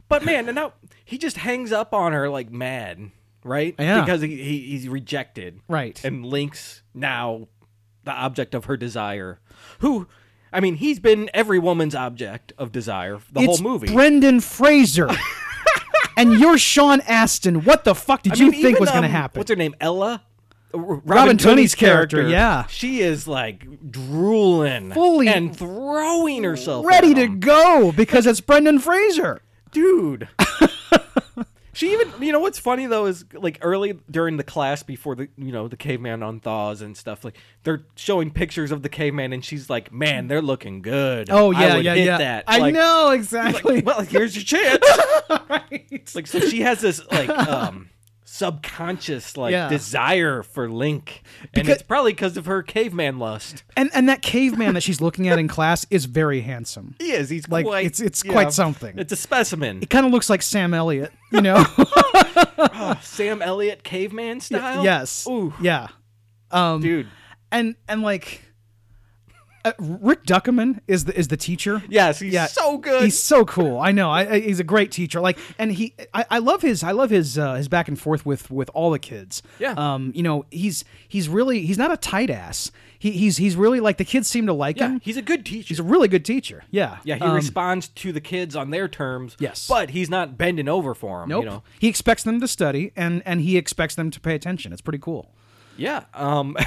S1: But man, and now he just hangs up on her like mad, right?
S2: Yeah.
S1: Because he, he he's rejected.
S2: Right.
S1: And Link's now the object of her desire. Who I mean, he's been every woman's object of desire the
S2: it's
S1: whole movie.
S2: Brendan Fraser. and you're Sean Astin. What the fuck did
S1: I
S2: you
S1: mean,
S2: think
S1: even,
S2: was going to
S1: um,
S2: happen?
S1: What's her name? Ella? R- Robin,
S2: Tunney's character, yeah.
S1: She is like drooling
S2: Fully
S1: and throwing herself. at
S2: Ready to
S1: him.
S2: go because it's Brendan Fraser.
S1: dude. she even, you know, what's funny though is like early during the class before the, you know, the caveman on thaws and stuff. Like they're showing pictures of the caveman, and she's like, "Man, they're looking good.
S2: Oh
S1: I
S2: yeah,
S1: would
S2: yeah,
S1: hit
S2: yeah.
S1: That.
S2: I
S1: Like,
S2: know exactly.
S1: Well, here's your chance. Like so, she has this like um subconscious like
S2: Yeah.
S1: desire for Link, and
S2: Because-
S1: it's probably because of her caveman lust.
S2: and and that caveman that she's looking at in class is very handsome.
S1: He is. He's
S2: Like,
S1: quite.
S2: it's- it's
S1: you
S2: quite
S1: know,
S2: something.
S1: It's a specimen.
S2: Kind of looks like Sam Elliott, you know.
S1: Sam Elliott caveman style.
S2: yes.
S1: Ooh,
S2: Yeah. Um
S1: dude.
S2: and and like uh, Rick Duckerman is the is the teacher.
S1: Yes, he's
S2: Yeah,
S1: so good.
S2: He's so cool. I know. I, I, he's a great teacher. Like, and he, I, I love his, I love his, uh, his back and forth with with all the kids.
S1: Yeah.
S2: Um. You know, he's he's really he's not a tight ass. He, he's he's really like the kids seem to like
S1: yeah,
S2: him.
S1: he's a good teacher.
S2: He's a really good teacher. Yeah.
S1: yeah, he
S2: Um,
S1: responds to the kids on their terms.
S2: Yes.
S1: but he's not bending over for them.
S2: Nope.
S1: You know.
S2: He expects them to study and and he expects them to pay attention. It's pretty cool.
S1: Yeah. Um,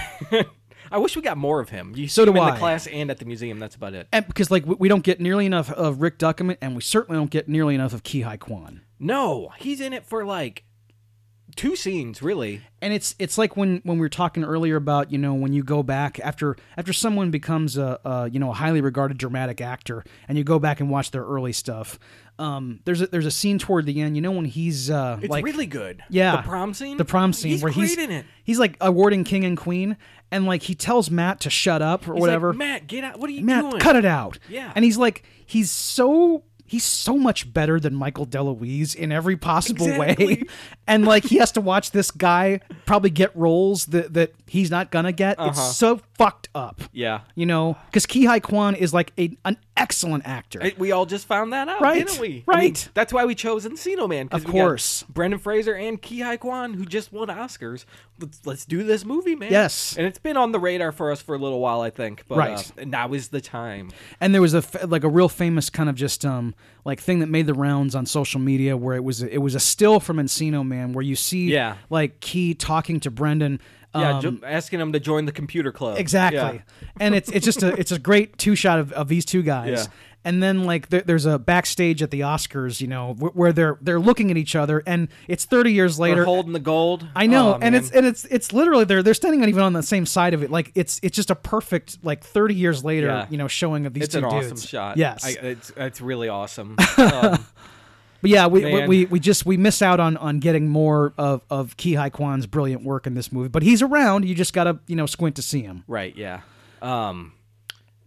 S1: I wish we got more of him. You
S2: So
S1: see
S2: do
S1: him in
S2: I.
S1: the class and at the museum. That's about it.
S2: And because like we, we don't get nearly enough of Rick Duckerman, and we certainly don't get nearly enough of Kihai Kwan.
S1: No, he's in it for like two scenes, really.
S2: and it's it's like when when we were talking earlier about you know when you go back after after someone becomes a, a you know a highly regarded dramatic actor and you go back and watch their early stuff Um, there's a, there's a scene toward the end. You know when he's uh,
S1: It's
S2: like
S1: really good.
S2: yeah,
S1: The prom scene?
S2: the prom scene
S1: he's
S2: where
S1: great
S2: he's
S1: in it.
S2: he's like awarding king and queen, and like he tells Matt to shut up
S1: He's
S2: or
S1: like,
S2: whatever.
S1: Matt, get out. What are you
S2: Matt,
S1: doing?
S2: cut it out.
S1: Yeah.
S2: And he's like, he's so he's so much better than Michael DeLuise in every possible way.
S1: Exactly.
S2: And like he has to watch this guy probably get roles that that he's not gonna get.
S1: Uh-huh.
S2: It's so fucked up.
S1: Yeah.
S2: You know, because Kihai Kwan is like a, an excellent actor.
S1: I- we all just found that out,
S2: Right,
S1: didn't we? I mean,
S2: right.
S1: that's why we chose Encino Man. 'cause
S2: Of
S1: we got
S2: course.
S1: Brendan Fraser and Ki-Hai Kwan, who just won Oscars. Let's, let's do this movie, man.
S2: Yes.
S1: And it's been on the radar for us for a little while, I think. But,
S2: Right.
S1: Uh, now is the time.
S2: and there was a f- like a real famous kind of just um like thing that made the rounds on social media where it was it was a still from Encino Man where you see
S1: Yeah.
S2: like Key talking to Brendan.
S1: Yeah,
S2: um,
S1: jo- asking him to join the computer club.
S2: Exactly.
S1: Yeah.
S2: And it's it's just a it's a great two shot of, of these two guys.
S1: Yeah.
S2: And then like there, there's a backstage at the Oscars, you know, wh- where they're they're looking at each other, and it's 30 years
S1: They're
S2: later.
S1: holding the gold.
S2: I know,
S1: Oh,
S2: and
S1: man.
S2: it's and it's it's literally they're they're standing not even on the same side of it. Like it's it's just a perfect like 30 years later,
S1: Yeah.
S2: you know, showing of these
S1: it's
S2: two
S1: an
S2: dudes.
S1: awesome shot.
S2: Yes,
S1: I, it's it's really awesome. Um,
S2: but yeah, we, we
S1: Man.
S2: we we just we miss out on on getting more of of Kihai Kwan's brilliant work in this movie. But he's around. You just gotta you know squint to see him.
S1: right? Yeah. Um,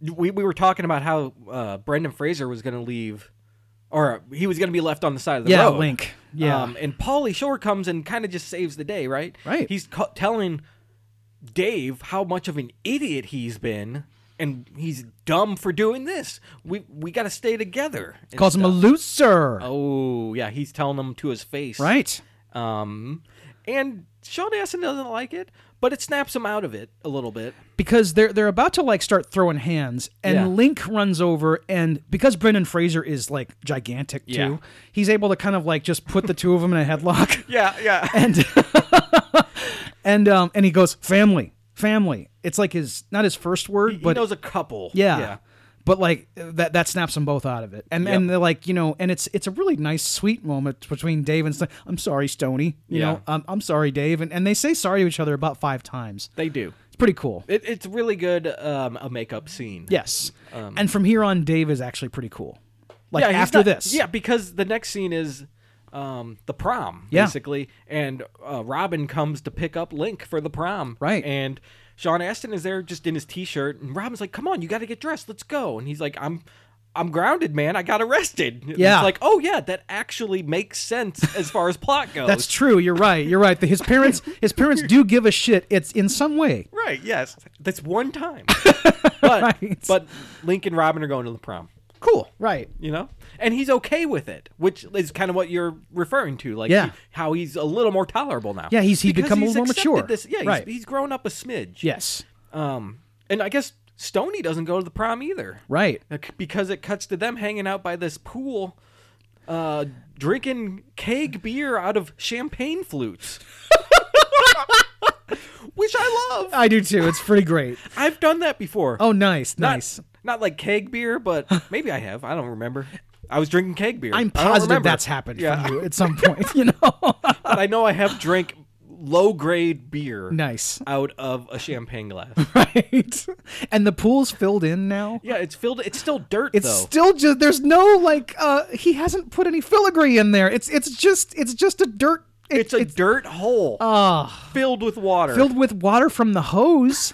S1: we we were talking about how uh, Brendan Fraser was going to leave, or he was going to be left on the side of the
S2: Yeah,
S1: road.
S2: Link. Yeah.
S1: Um, and Paulie Shore comes and kind of just saves the day, right?
S2: Right.
S1: He's ca- telling Dave how much of an idiot he's been. And he's dumb for doing this. We we got to stay together. and
S2: Calls him a
S1: stuff.
S2: loser.
S1: Oh yeah, he's telling him to his face.
S2: Right.
S1: Um, and Sean Astin doesn't like it, but it snaps him out of it a little bit.
S2: because they're they're about to like start throwing hands and
S1: Yeah.
S2: Link runs over and because Brendan Fraser is like gigantic too,
S1: Yeah.
S2: he's able to kind of like just put the two of them in a headlock
S1: Yeah, yeah.
S2: and and um and he goes family, family. It's like his not his first word,
S1: But
S2: but
S1: he knows a couple.
S2: yeah. But like that that snaps them both out of it. And and
S1: Yep.
S2: they're like, you know, and it's it's a really nice sweet moment between Dave and Ston- I'm sorry, Stony. You
S1: Yeah.
S2: know, um, I'm sorry, Dave. And and they say sorry to each other about five times.
S1: they do.
S2: It's pretty cool.
S1: It, it's really good. Um, a makeup scene.
S2: Yes. and from here on, Dave is actually pretty cool. Like
S1: he's
S2: after
S1: not-
S2: this.
S1: Um, Yeah, because the next scene is um, the prom,
S2: Yeah.
S1: basically. And uh, Robin comes to pick up Link for the prom.
S2: Right.
S1: And Sean Astin is there just in his t shirt. And Robin's like, come on, you got to get dressed. Let's go. And he's like, I'm. I'm grounded, man. I got arrested. And
S2: Yeah.
S1: It's like, oh, yeah, that actually makes sense as far as plot goes.
S2: That's true. You're right. You're right. His parents his parents do give a shit. It's in some way.
S1: Right. Yes. That's one time. but
S2: Right.
S1: but Link and Robin are going to the prom. Cool.
S2: Right.
S1: You know, and he's okay with it, which is kind of what you're referring to, like he-
S2: Yeah.
S1: how he's a little more tolerable now.
S2: Yeah, he's- he's
S1: Because
S2: become a
S1: he's
S2: little more
S1: accepted
S2: mature.
S1: This, yeah,
S2: Right.
S1: he's, he's grown up a smidge.
S2: Yes.
S1: Um, and I guess Stony doesn't go to the prom either,
S2: Right.
S1: Like, Because it cuts to them hanging out by this pool, uh, drinking keg beer out of champagne flutes, which I love.
S2: I do too. It's pretty great.
S1: I've done that before.
S2: Oh, nice.
S1: Not-
S2: Nice.
S1: Not like keg beer, but maybe I have. I don't remember. I was drinking keg beer.
S2: I'm
S1: I don't
S2: positive
S1: remember.
S2: that's happened
S1: Yeah.
S2: for you at some point, you know?
S1: But I know I have drank low grade beer
S2: nice.
S1: out of a champagne glass.
S2: Right. And the pool's filled in now.
S1: yeah, it's filled. It's still dirt
S2: It's
S1: though.
S2: still just there's no like uh he hasn't put any filigree in there. It's it's just it's just a dirt it-
S1: it's a dirt hole
S2: ah.
S1: filled with water.
S2: filled with water from the hose.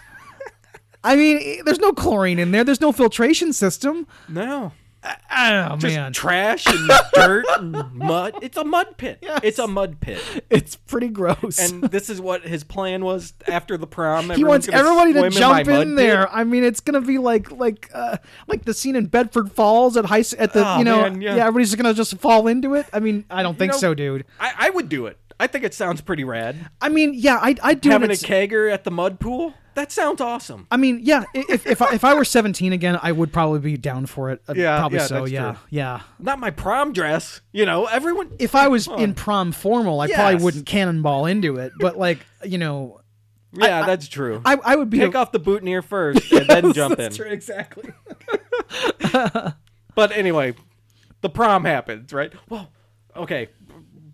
S2: I mean, i- there's no chlorine in there. There's no filtration system.
S1: no,
S2: Oh
S1: just
S2: man,
S1: trash and dirt and mud. It's a mud pit. It's a mud pit.
S2: it's pretty gross.
S1: And this is what his plan was after the prom.
S2: he
S1: Everyone's
S2: wants
S1: gonna
S2: everybody
S1: swim
S2: to
S1: in my
S2: jump in,
S1: mud pit.
S2: there. I mean, it's gonna be like like uh, like the scene in Bedford Falls at high s- at the
S1: Oh,
S2: you know
S1: man,
S2: yeah.
S1: yeah.
S2: everybody's just gonna just fall into it. I mean, I don't think
S1: know-
S2: so, dude.
S1: I, I would do it. I think it sounds pretty rad.
S2: I mean, yeah, I I do.
S1: having a
S2: it's-
S1: kegger at the mud pool. That sounds awesome.
S2: I mean, yeah. i- If if I, if I were 17 again, I would probably be down for it. Uh,
S1: Yeah,
S2: probably
S1: yeah,
S2: so.
S1: that's
S2: Yeah,
S1: true.
S2: yeah.
S1: Not my prom dress, you know. Everyone,
S2: if I was in prom formal, I probably
S1: Yes.
S2: wouldn't cannonball into it. But like, you know,
S1: yeah, that's true.
S2: I, I would be
S1: Take
S2: a,
S1: off the boutonniere first, and then jump in.
S2: True, exactly.
S1: But anyway, the prom happens, right? Well, okay.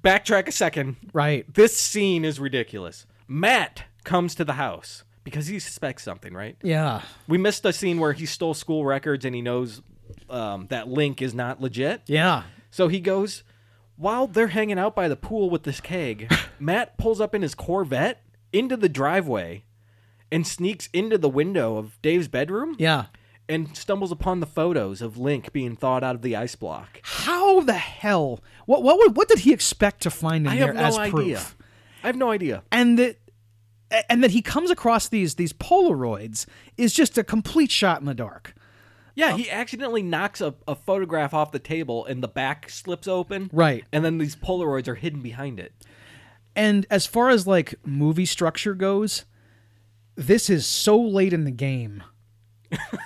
S1: Backtrack a second.
S2: Right.
S1: This scene is ridiculous. Matt comes to the house because he suspects something, right?
S2: Yeah.
S1: We missed a scene where he stole school records and he knows um, that Link is not legit.
S2: Yeah.
S1: So he goes, while they're hanging out by the pool with this keg, Matt pulls up in his Corvette into the driveway and sneaks into the window of Dave's bedroom
S2: Yeah.
S1: and stumbles upon the photos of Link being thawed out of the ice block.
S2: How the hell? What what would- what did he expect to find in
S1: I
S2: there
S1: have no
S2: as
S1: idea.
S2: proof?
S1: I have no idea.
S2: And that and that he comes across these these Polaroids is just a complete shot in the dark.
S1: Yeah,
S2: Oh.
S1: he accidentally knocks a, a photograph off the table and the back slips open.
S2: Right.
S1: And then these Polaroids are hidden behind it.
S2: And as far as like movie structure goes, this is so late in the game.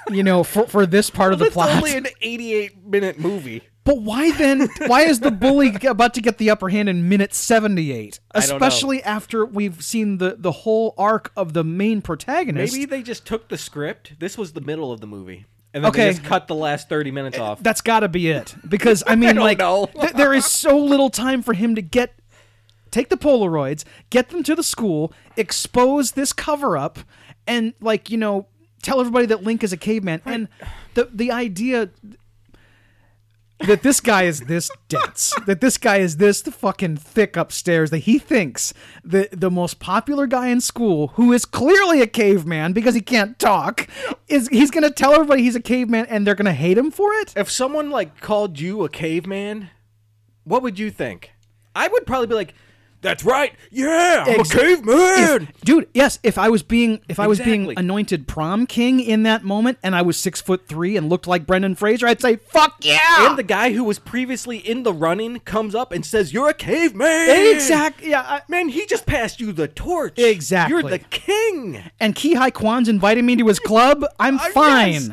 S2: you know, for for this part of the
S1: It's
S2: plot.
S1: only an 88 minute movie.
S2: But why then? Why is the bully about to get the upper hand in minute seventy-eight?
S1: don't know.
S2: Especially after we've seen the the whole arc of the main protagonist.
S1: Maybe they just took the script. This was the middle of the movie. And then
S2: Okay.
S1: they just cut the last 30 minutes off.
S2: that's got to be it because I mean,
S1: don't
S2: like,
S1: know.
S2: th- there is so little time for him to get take the Polaroids, get them to the school, expose this cover up, and like you know, tell everybody that Link is a caveman. And the the idea that this guy is this dense, that this guy is this fucking thick upstairs, that he thinks the the most popular guy in school, who is clearly a caveman because he can't talk, is he's gonna tell everybody he's a caveman and they're gonna hate him for it.
S1: If someone like called you a caveman, what would you think? I would probably be like, "That's right. Yeah, I'm
S2: Ex-
S1: a caveman."
S2: Dude, yes. If I was being, if I was being
S1: Exactly.
S2: anointed prom king in that moment, and I was six foot three and looked like Brendan Fraser, I'd say, "Fuck yeah!"
S1: and the guy who was previously in the running comes up and says, "You're a caveman."
S2: exact, yeah. I,
S1: Man, he just passed you the torch.
S2: Exactly.
S1: You're the king.
S2: and Kihai Kwan's inviting me to his club. I'm
S1: Uh,
S2: fine.
S1: yes.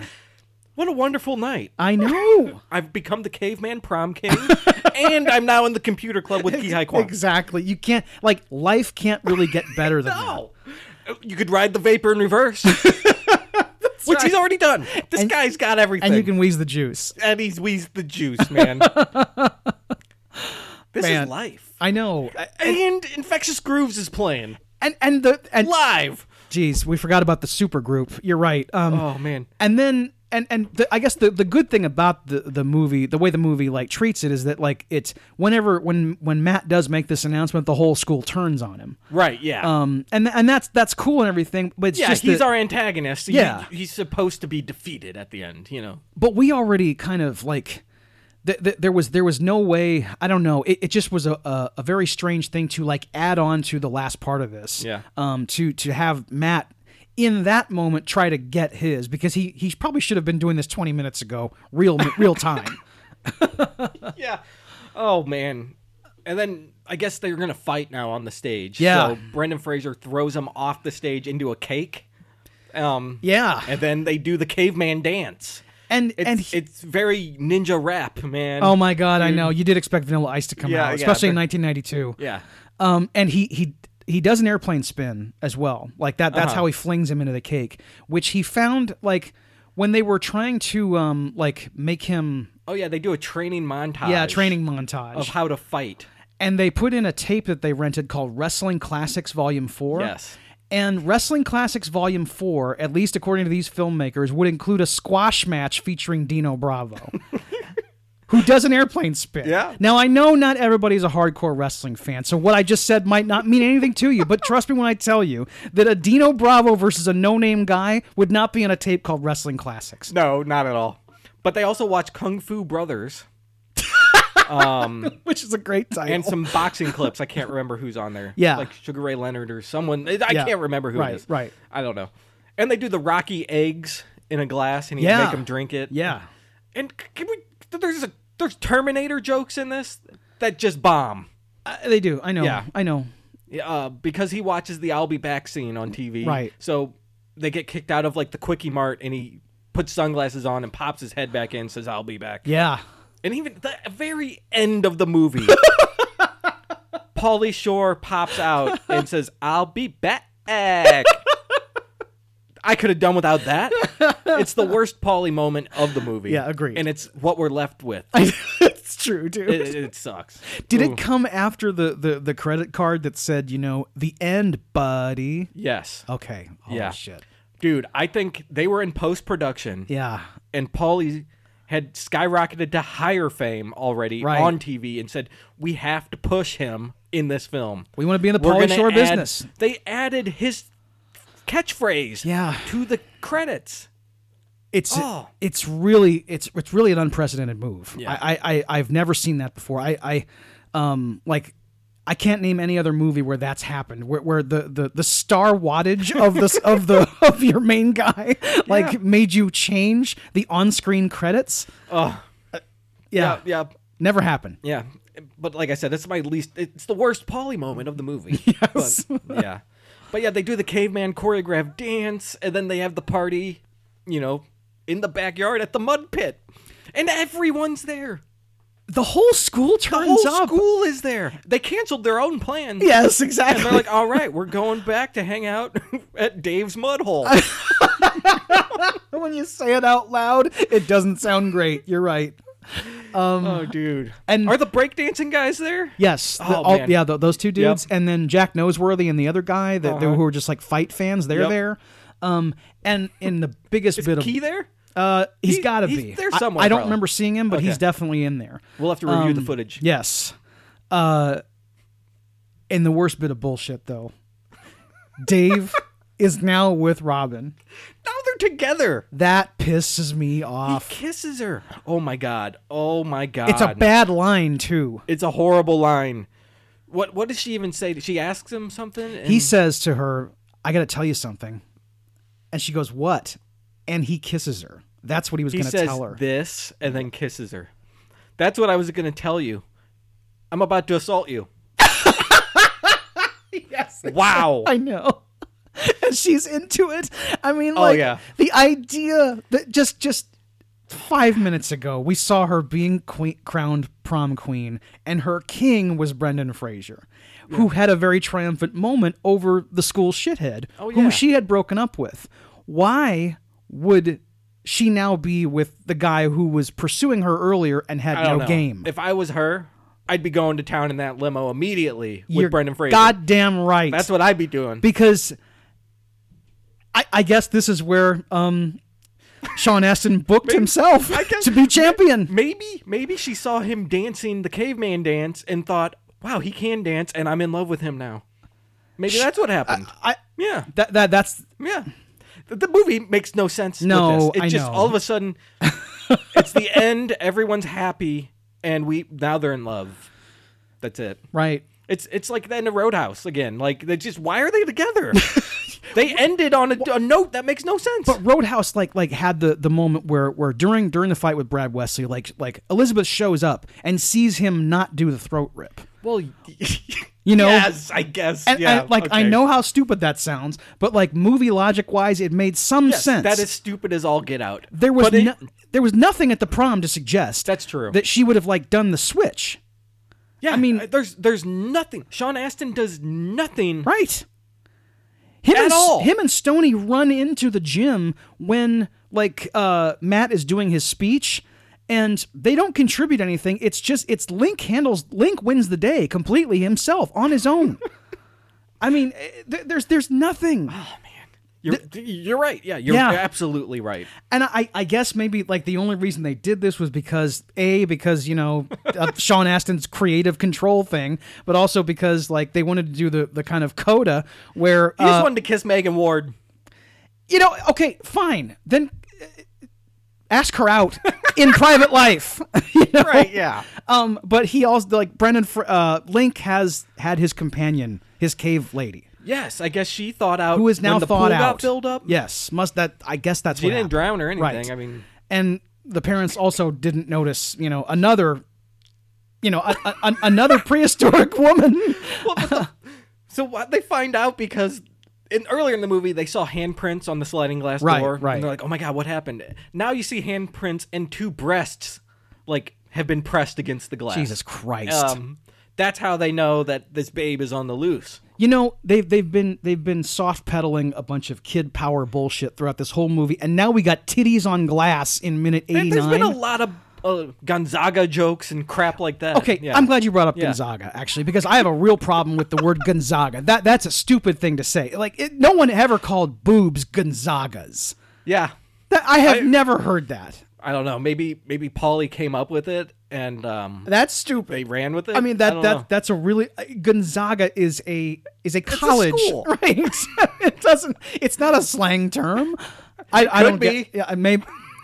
S1: What a wonderful night.
S2: I know.
S1: I've become the caveman prom king, and I'm now in the computer club with Kihai Kwan.
S2: Exactly. You can't like life can't really get better than
S1: No. You could ride the vapor in reverse. Which he's already done. This guy's got
S2: that.
S1: everything.
S2: And you can wheeze the juice.
S1: and he's wheezed the juice, man. this
S2: Man.
S1: is life.
S2: I know.
S1: And Infectious Grooves is playing
S2: And and the and
S1: live.
S2: Jeez, we forgot about the super group. You're right. Um,
S1: Oh man.
S2: and then and and the, I guess the the good thing about the the movie, the way the movie like treats it is that like it's whenever when when Matt does make this announcement, the whole school turns on him.
S1: Right, yeah.
S2: Um, and and that's that's cool and everything, but it's
S1: yeah,
S2: just
S1: he's
S2: that-
S1: our antagonist. He-
S2: Yeah.
S1: he's supposed to be defeated at the end, you know.
S2: but we already kind of like th- th- there was there was no way I don't know it, it just was a, a a very strange thing to like add on to the last part of this
S1: Yeah.
S2: um to to have Matt in that moment try to get his because he he probably should have been doing this 20 minutes ago real real time
S1: Yeah. Oh man. And then I guess they're gonna fight now on the stage.
S2: Yeah.
S1: So Brendan Fraser throws him off the stage into a cake. Um
S2: yeah
S1: and then they do the caveman dance.
S2: and
S1: It's,
S2: and he,
S1: it's very ninja rap, man.
S2: oh my god I know you did expect Vanilla Ice to come
S1: Yeah,
S2: out
S1: yeah,
S2: especially in
S1: but-
S2: 1992
S1: Yeah.
S2: Um, and he he he does an airplane spin as well. Like that.
S1: Uh-huh.
S2: That's how he flings him into the cake, which he found like when they were trying to um like make him
S1: Oh yeah, they do a training montage.
S2: yeah training montage,
S1: of how to fight.
S2: and they put in a tape that they rented called Wrestling Classics Volume Four.
S1: Yes.
S2: And Wrestling Classics Volume 4, at least according to these filmmakers, would include a squash match featuring Dino Bravo, who does an airplane spin.
S1: Yeah.
S2: Now, I know not everybody's a hardcore wrestling fan, so what I just said might not mean anything to you, but trust me when I tell you that a Dino Bravo versus a no name guy would not be on a tape called Wrestling Classics.
S1: No, not at all. But they also watch Kung Fu Brothers
S2: Which is a great title.
S1: and some boxing clips. I can't remember who's on there.
S2: Yeah.
S1: like Sugar Ray Leonard or someone. I
S2: Yeah.
S1: can't remember who
S2: Right,
S1: it is.
S2: right.
S1: I don't know. And they do the Rocky eggs in a glass, and you
S2: Yeah.
S1: make them drink it.
S2: yeah.
S1: And c- can we? There's a there's Terminator jokes in this that just bomb.
S2: Uh, they do. I know.
S1: Yeah.
S2: I know.
S1: Uh, because he watches the I'll be back scene on TV.
S2: Right.
S1: So they get kicked out of like the quickie mart, and he puts sunglasses on and pops his head back in, says I'll be back.
S2: Yeah.
S1: And even the very end of the movie, Paulie Shore pops out and says, I'll be back. I could have done without that. It's the worst Paulie moment of the movie.
S2: Yeah, agreed.
S1: And it's what we're left with.
S2: it's true, dude.
S1: It, it sucks.
S2: Did
S1: Ooh,
S2: it come after the, the the credit card that said, you know, the end, buddy?
S1: Yes.
S2: Okay. Holy
S1: Yeah.
S2: shit.
S1: Dude, I think they were in post production
S2: Yeah.
S1: and Paulie had skyrocketed to higher fame already
S2: Right.
S1: on TV and said, we have to push him in this film.
S2: We want to be in the
S1: We're
S2: Pauly
S1: gonna
S2: Shore
S1: add-
S2: business.
S1: They added his catchphrase
S2: Yeah.
S1: to the credits.
S2: It's
S1: Oh.
S2: it's really it's it's really an unprecedented move.
S1: Yeah.
S2: I, I I I've never seen that before. I I um like I can't name any other movie where that's happened, where, where the, the, the star wattage of this of the of your main guy like made you change the on screen credits.
S1: Oh,
S2: Yeah,
S1: yeah, yeah.
S2: never happened.
S1: Yeah, but like I said, it's my least. It's the worst Polly moment of the movie.
S2: Yes.
S1: But, yeah, but yeah, they do the caveman choreographed dance, and then they have the party, you know, in the backyard at the mud pit, and everyone's there.
S2: The whole school
S1: The
S2: turns
S1: whole
S2: up.
S1: school is there. They canceled their own plans.
S2: Yes,
S1: And
S2: exactly.
S1: they're like, all right, we're going back to hang out at Dave's mud hole.
S2: when you say it out loud, it doesn't sound great. You're right.
S1: oh, dude.
S2: Um, and-
S1: are the breakdancing guys there?
S2: Yes. the-
S1: Oh,
S2: all-
S1: man.
S2: yeah, th those two dudes, and then Jack Noseworthy and the other guy that they- who are just like fight fans. They're
S1: Uh-huh. Yep.
S2: there. Um, and in the biggest bit of
S1: Key there?
S2: uh, he's
S1: He-
S2: got to
S1: he's
S2: be
S1: there
S2: I-
S1: somewhere,
S2: I, don't
S1: probably.
S2: remember seeing him, but he's
S1: Okay.
S2: definitely in there. Um,
S1: We'll have to review the footage.
S2: Yes. Uh, and the worst bit of bullshit though, Dave is now with Robin.
S1: Now they're together.
S2: That pisses me
S1: He
S2: off.
S1: kisses her. Oh my god. Oh my god.
S2: It's a bad line too.
S1: It's a horrible line. What what does she even say? She asks him something. And
S2: He says to her, I got to tell you something. And she goes, What? And he kisses her. That's what he was
S1: he
S2: going to
S1: says
S2: tell her.
S1: this and then kisses her. That's what I was gonna tell you. I'm about to assault you.
S2: yes.
S1: Wow.
S2: I know. and she's into it. I mean,
S1: Oh,
S2: like,
S1: yeah.
S2: the idea that just, just five minutes ago, we saw her being queen, crowned prom queen, and her king was Brendan Fraser, who had a very triumphant moment over the school shithead
S1: Oh,
S2: whom
S1: yeah.
S2: she had broken up with. Why would she now be with the guy who was pursuing her earlier and had
S1: I don't
S2: no
S1: know.
S2: game?
S1: If I was her, I'd be going to town in that limo immediately with
S2: You're
S1: Brendan Fraser.
S2: Goddamn right.
S1: That's what I'd be doing.
S2: because I, I guess this is where um, Sean Astin booked himself
S1: guess-
S2: to be champion.
S1: Maybe maybe she saw him dancing the caveman dance and thought, "Wow, he can dance, and I'm in love with him now." Maybe that's what happened.
S2: I
S1: yeah.
S2: that, that that's
S1: Yeah. The, the movie makes no sense. with this.
S2: No,
S1: It
S2: I
S1: just
S2: know.
S1: all of a sudden it's the end, everyone's happy, and we now they're in love. That's it.
S2: right.
S1: It's it's like that in a roadhouse again. Like they just why are they together? they ended on a, a note that makes no sense.
S2: But Roadhouse like like had the the moment where where during during the fight with Brad Wesley like like Elizabeth shows up and sees him not do the throat rip.
S1: well,
S2: You know?
S1: yes, I guess.
S2: And,
S1: yeah,
S2: and, like I
S1: okay.
S2: know how stupid that sounds, but like movie logic wise, it made some
S1: Yes,
S2: sense.
S1: that is stupid as all get out.
S2: there was
S1: But it-
S2: no, there was nothing at the prom to suggest
S1: That's true.
S2: that she would have like done the switch,
S1: yeah, I
S2: mean-
S1: mean, there's there's nothing. Sean Astin does nothing.
S2: right? Him
S1: At
S2: and,
S1: all.
S2: Him and Stony run into the gym when like uh, Matt is doing his speech, and they don't contribute anything. It's just it's Link handles Link wins the day completely himself on his own. I mean, eh, th- there's there's nothing.
S1: You're, you're right. Yeah, you're
S2: Yeah.
S1: absolutely right.
S2: And I, I guess maybe like the only reason they did this was because a because you know uh, Sean Astin's creative control thing, but also because like they wanted to do the the kind of coda where
S1: He just
S2: uh,
S1: wanted to kiss Megan Ward.
S2: you know okay fine then uh, ask her out in private life you know?
S1: Right, yeah.
S2: um but he also like Brendan Fr- uh, Link has had his companion his cave lady
S1: Yes, I guess she thought out
S2: who is now
S1: when the
S2: thought
S1: pool
S2: out
S1: got filled up.
S2: yes must that I guess that's
S1: she
S2: what
S1: didn't
S2: happened.
S1: drown or anything.
S2: Right.
S1: I mean,
S2: and the parents also didn't notice you know another you know a, a, an- another prehistoric woman
S1: so what they find out because in earlier in the movie they saw handprints on the sliding glass
S2: Right,
S1: door,
S2: right.
S1: and they're like, "Oh my god, what happened?" Now you see handprints and two breasts like have been pressed against the glass.
S2: jesus christ
S1: Um, that's how they know that this babe is on the loose.
S2: you know they've they've been they've been soft pedaling a bunch of kid power bullshit throughout this whole movie and now we got titties on glass in minute
S1: And there's been a
S2: 89
S1: lot of uh, Gonzaga jokes and crap like that.
S2: Okay,
S1: yeah.
S2: I'm glad you brought up Gonzaga actually because I have a real problem with the word Gonzaga. That that's a stupid thing to say. Like it, no one ever called boobs Gonzagas.
S1: yeah.
S2: That I have never heard that.
S1: I don't know. Maybe maybe Polly came up with it and um,
S2: That's stupid.
S1: they ran with it.
S2: I
S1: I
S2: mean that
S1: don't
S2: that
S1: know.
S2: that's a really uh, Gonzaga is a is a college,
S1: school.
S2: right? it doesn't. It's not a slang term. I, I
S1: Could
S2: don't
S1: be.
S2: Get, yeah, I may.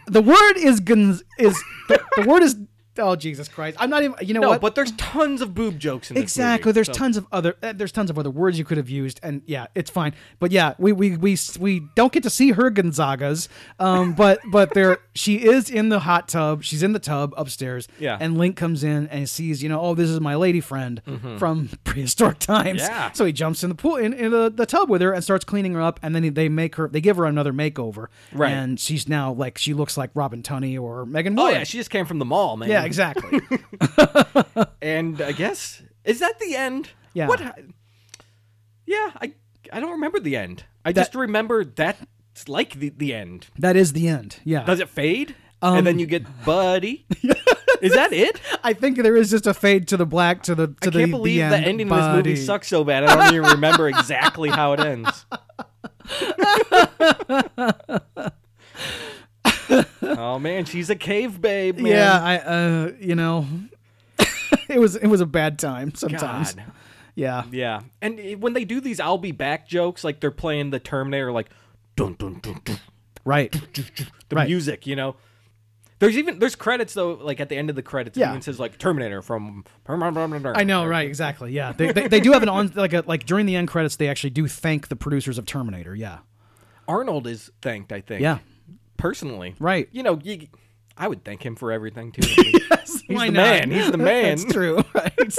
S2: The word is Gonz is the, the word is. Oh Jesus Christ! I'm not even. You know
S1: no,
S2: what?
S1: oh, but there's tons of boob jokes in this
S2: exactly.
S1: movie,
S2: There's
S1: so-
S2: tons of other. uh, There's tons of other words you could have used, and yeah, it's fine. But yeah, we we we we don't get to see her Gonzagas. Um, but but there she is in the hot tub. She's in the tub upstairs.
S1: Yeah.
S2: And Link comes in and sees, you know, oh, this is my lady friend from prehistoric times.
S1: Mm-hmm. Yeah.
S2: So he jumps in the pool in, in the, the tub with her and starts cleaning her up, and then he- they make her they give her another makeover.
S1: Right.
S2: And she's now like she looks like Robin Tunney or Megan
S1: Oh
S2: Warren.
S1: yeah, she just came from the mall, man.
S2: yeah, exactly.
S1: And I guess is that the end?
S2: Yeah.
S1: What? ha- Yeah, I I don't remember the end. I just remember that's like the the end.
S2: that is the end. Yeah.
S1: Does it fade? and
S2: Um,
S1: then you get Buddy. is that it?
S2: I think there is just a fade to the black to the to
S1: I
S2: the
S1: can't believe the,
S2: end,
S1: ending of this
S2: buddy.
S1: movie sucks so bad. I don't even remember exactly how it ends. oh man, she's a cave babe. Man.
S2: Yeah, I uh, you know, it was it was a bad time sometimes.
S1: God.
S2: Yeah,
S1: Yeah, and it- when they do these "I'll be back" jokes, like they're playing the Terminator, like dun dun dun dun,
S2: right.
S1: the
S2: Right.
S1: music, you know. There's even there's credits though, like at the end of the credits,
S2: Yeah.
S1: it even says like Terminator from. I
S2: I know, right? Exactly. Yeah, they, they, they do have an on like a like during the end credits they actually do thank the producers of Terminator. Yeah,
S1: Arnold is thanked, I think.
S2: yeah,
S1: personally,
S2: Right.
S1: You know, you, I would thank him for everything too. I mean, He's
S2: Why
S1: the
S2: not?
S1: man. He's the man.
S2: That's true. Right.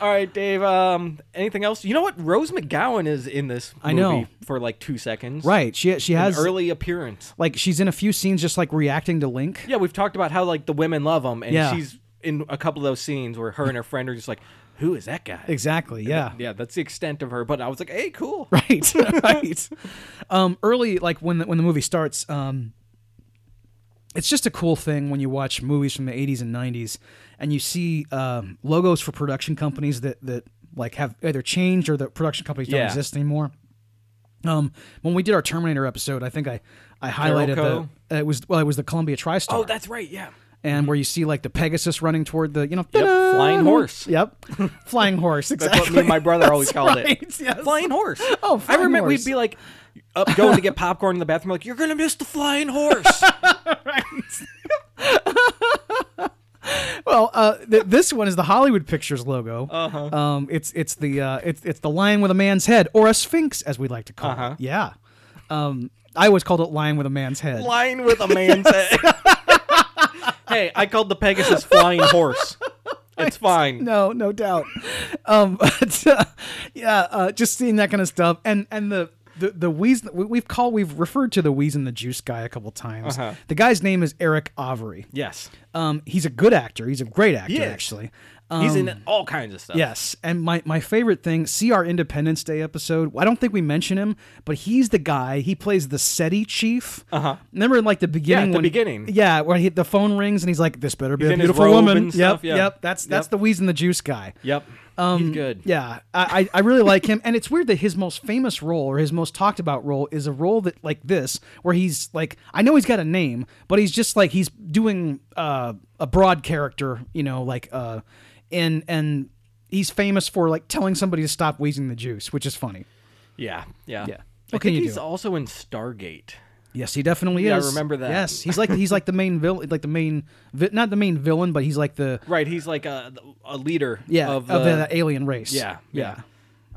S1: All right, Dave. Um, anything else? You know what? Rose McGowan is in this. Movie
S2: I know.
S1: for like two seconds.
S2: right. She she
S1: An
S2: has
S1: early appearance.
S2: like she's in a few scenes just like reacting to Link.
S1: Yeah, we've talked about how like the women love him, and
S2: Yeah.
S1: she's in a couple of those scenes where her and her friend are just like, "Who is that guy?"
S2: Exactly. Yeah.
S1: Yeah, that's the extent of her. But I was like, "Hey, cool."
S2: right right um early like when the, when the movie starts um it's just a cool thing when you watch movies from the 80s and 90s and you see um, logos for production companies that that like have either changed or the production companies don't
S1: Yeah.
S2: exist anymore um when we did our terminator episode i think i i highlighted
S1: Carolco?
S2: the it was well it was the columbia tristar
S1: Oh, that's right. Yeah.
S2: and where you see like the pegasus running toward the you know ta-da!
S1: flying horse.
S2: yep flying horse exactly
S1: That's what me and my brother always called it.
S2: right, yes.
S1: Flying horse.
S2: Oh, flying
S1: I remember
S2: horse.
S1: we'd be like up going to get popcorn in the bathroom, like, you're gonna miss the flying horse.
S2: Well, uh, th- this one is the Hollywood Pictures logo. Uh-huh. Um, it's it's the uh, it's it's the lion with a man's head, or a sphinx, as we like to call it. Yeah. Um, I always called it lion with a man's head.
S1: flying with a man's head. hey, I called the Pegasus flying horse. It's fine.
S2: No, no doubt. Um, but, uh, yeah, uh, just seeing that kind of stuff, and and the. The, the wheeze we- we've called we've referred to the wheeze and the juice guy a couple times. The guy's name is Eric Avery.
S1: Yes.
S2: Um, he's a good actor. He's a great actor,
S1: is.
S2: actually.
S1: He's
S2: Um,
S1: in all kinds of stuff.
S2: Yes, and my my favorite thing, see our Independence Day episode. I don't think we mention him, but he's the guy. He plays the SETI chief. Uh huh. Remember, in, like the
S1: Uh-huh. at
S2: beginning.
S1: the
S2: when-
S1: beginning.
S2: Yeah, where he, the phone rings and he's like, "This better be a
S1: in his
S2: beautiful
S1: robe
S2: woman."
S1: and stuff,
S2: yep,
S1: yeah.
S2: yep. That's that's
S1: Yep.
S2: the wheeze and the juice guy.
S1: Yep. He's good.
S2: Um, Yeah, I, I I really like him, and it's weird that his most famous role or his most talked about role is a role that like this, where he's like, I know he's got a name, but he's just like he's doing uh, a broad character, you know, like uh, and and he's famous for like telling somebody to stop wheezing the juice, which is funny.
S1: Yeah. Yeah.
S2: Yeah.
S1: I
S2: What can
S1: think
S2: you
S1: he's
S2: do?
S1: also in Stargate.
S2: Yes, he definitely
S1: Yeah, I
S2: is.
S1: remember that.
S2: Yes, he's like he's like the main villain, like the main vi- not the main villain, but he's like the
S1: Right. He's like a, a leader
S2: yeah
S1: of
S2: of
S1: the.
S2: the alien race.
S1: yeah, yeah.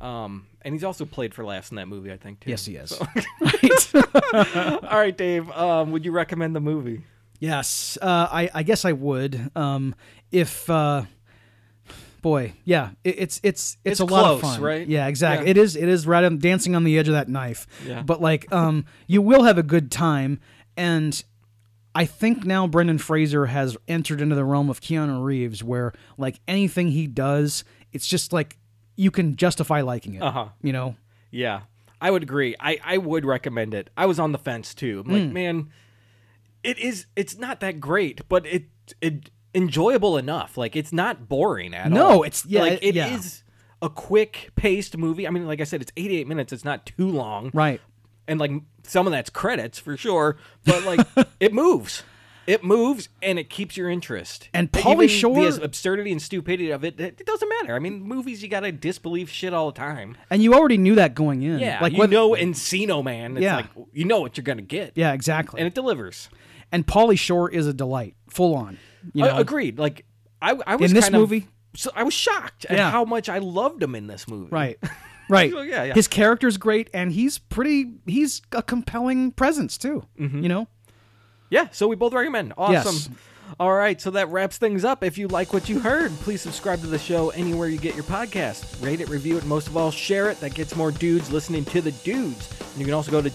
S1: um, and he's also played for laughs in that movie, I think, too.
S2: Yes, he is. right.
S1: All right, Dave. Um, would you recommend the movie?
S2: Yes, uh, I, I guess I would. Um, if uh, boy, yeah, it, it's it's
S1: It's
S2: it's, a lot of
S1: close,
S2: fun,
S1: right?
S2: Yeah, exactly.
S1: Yeah.
S2: It is it is right. on dancing on the edge of that knife.
S1: Yeah.
S2: But like, um, you will have a good time, and I think now Brendan Fraser has entered into the realm of Keanu Reeves, where like anything he does, it's just like you can justify liking it.
S1: Uh-huh.
S2: You know.
S1: Yeah, I would agree. I, I would recommend it. I was on the fence too. I'm like, man, it is. It's not that great, but it it enjoyable enough. Like, it's not boring at
S2: No,
S1: all.
S2: it's- yeah,
S1: like it
S2: it-
S1: is
S2: yeah.
S1: a quick paced movie. I mean, like I said, it's 88 minutes. It's not too long,
S2: Right.
S1: And like some of that's credits for sure, but like it moves. It moves and it keeps your interest.
S2: And
S1: Even
S2: Pauly Shore-
S1: the absurdity and stupidity of it, it, it doesn't matter. I mean, movies you gotta disbelieve shit all the time.
S2: And you already knew that going in.
S1: Yeah,
S2: like
S1: like you
S2: whether-
S1: know Encino Man. It's
S2: Yeah.
S1: like you know what you're gonna get.
S2: Yeah, exactly.
S1: and
S2: And,
S1: it delivers.
S2: Pauly Shore is a delight, full on. You
S1: I-
S2: know,
S1: agreed. Like I, I was
S2: In this
S1: kind of-
S2: movie?
S1: so I was shocked
S2: Yeah.
S1: at how much I loved him in this movie.
S2: right, right.
S1: Oh, yeah, yeah.
S2: His character's great, and he's pretty. He's a compelling presence too.
S1: Mm-hmm.
S2: You know.
S1: Yeah, so we both recommend. Awesome.
S2: Yes.
S1: All right, so that wraps things up. If you like what you heard, please subscribe to the show anywhere you get your podcast. Rate it, review it, most of all, share it. That gets more dudes listening to the dudes. And you can also go to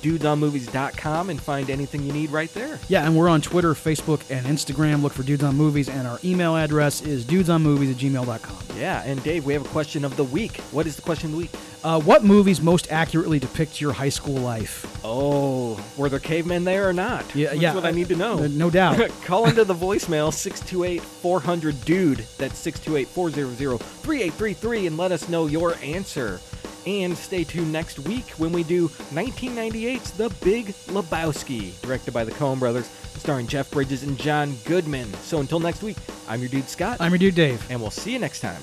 S1: dudesonmovies.com and find anything you need right there.
S2: Yeah, and we're on Twitter, Facebook, and Instagram. Look for Dudes on Movies, and our email address is dudesonmovies at gmail.com.
S1: Yeah, and Dave, we have a question of the week. What is the question of the week?
S2: Uh, what movies most accurately depict your high school life?
S1: Oh, were there cavemen there or not?
S2: Yeah,
S1: That's
S2: yeah,
S1: what I need to know.
S2: uh, no doubt.
S1: Call into the voicemail 628 400 Dude. That's 628 400 3833 and let us know your answer. And stay tuned next week when we do 1998's The Big Lebowski, directed by the Coen brothers, starring Jeff Bridges and John Goodman. So until next week, I'm your dude Scott,
S2: Uh, I'm your dude, Dave.
S1: and we'll see you next time.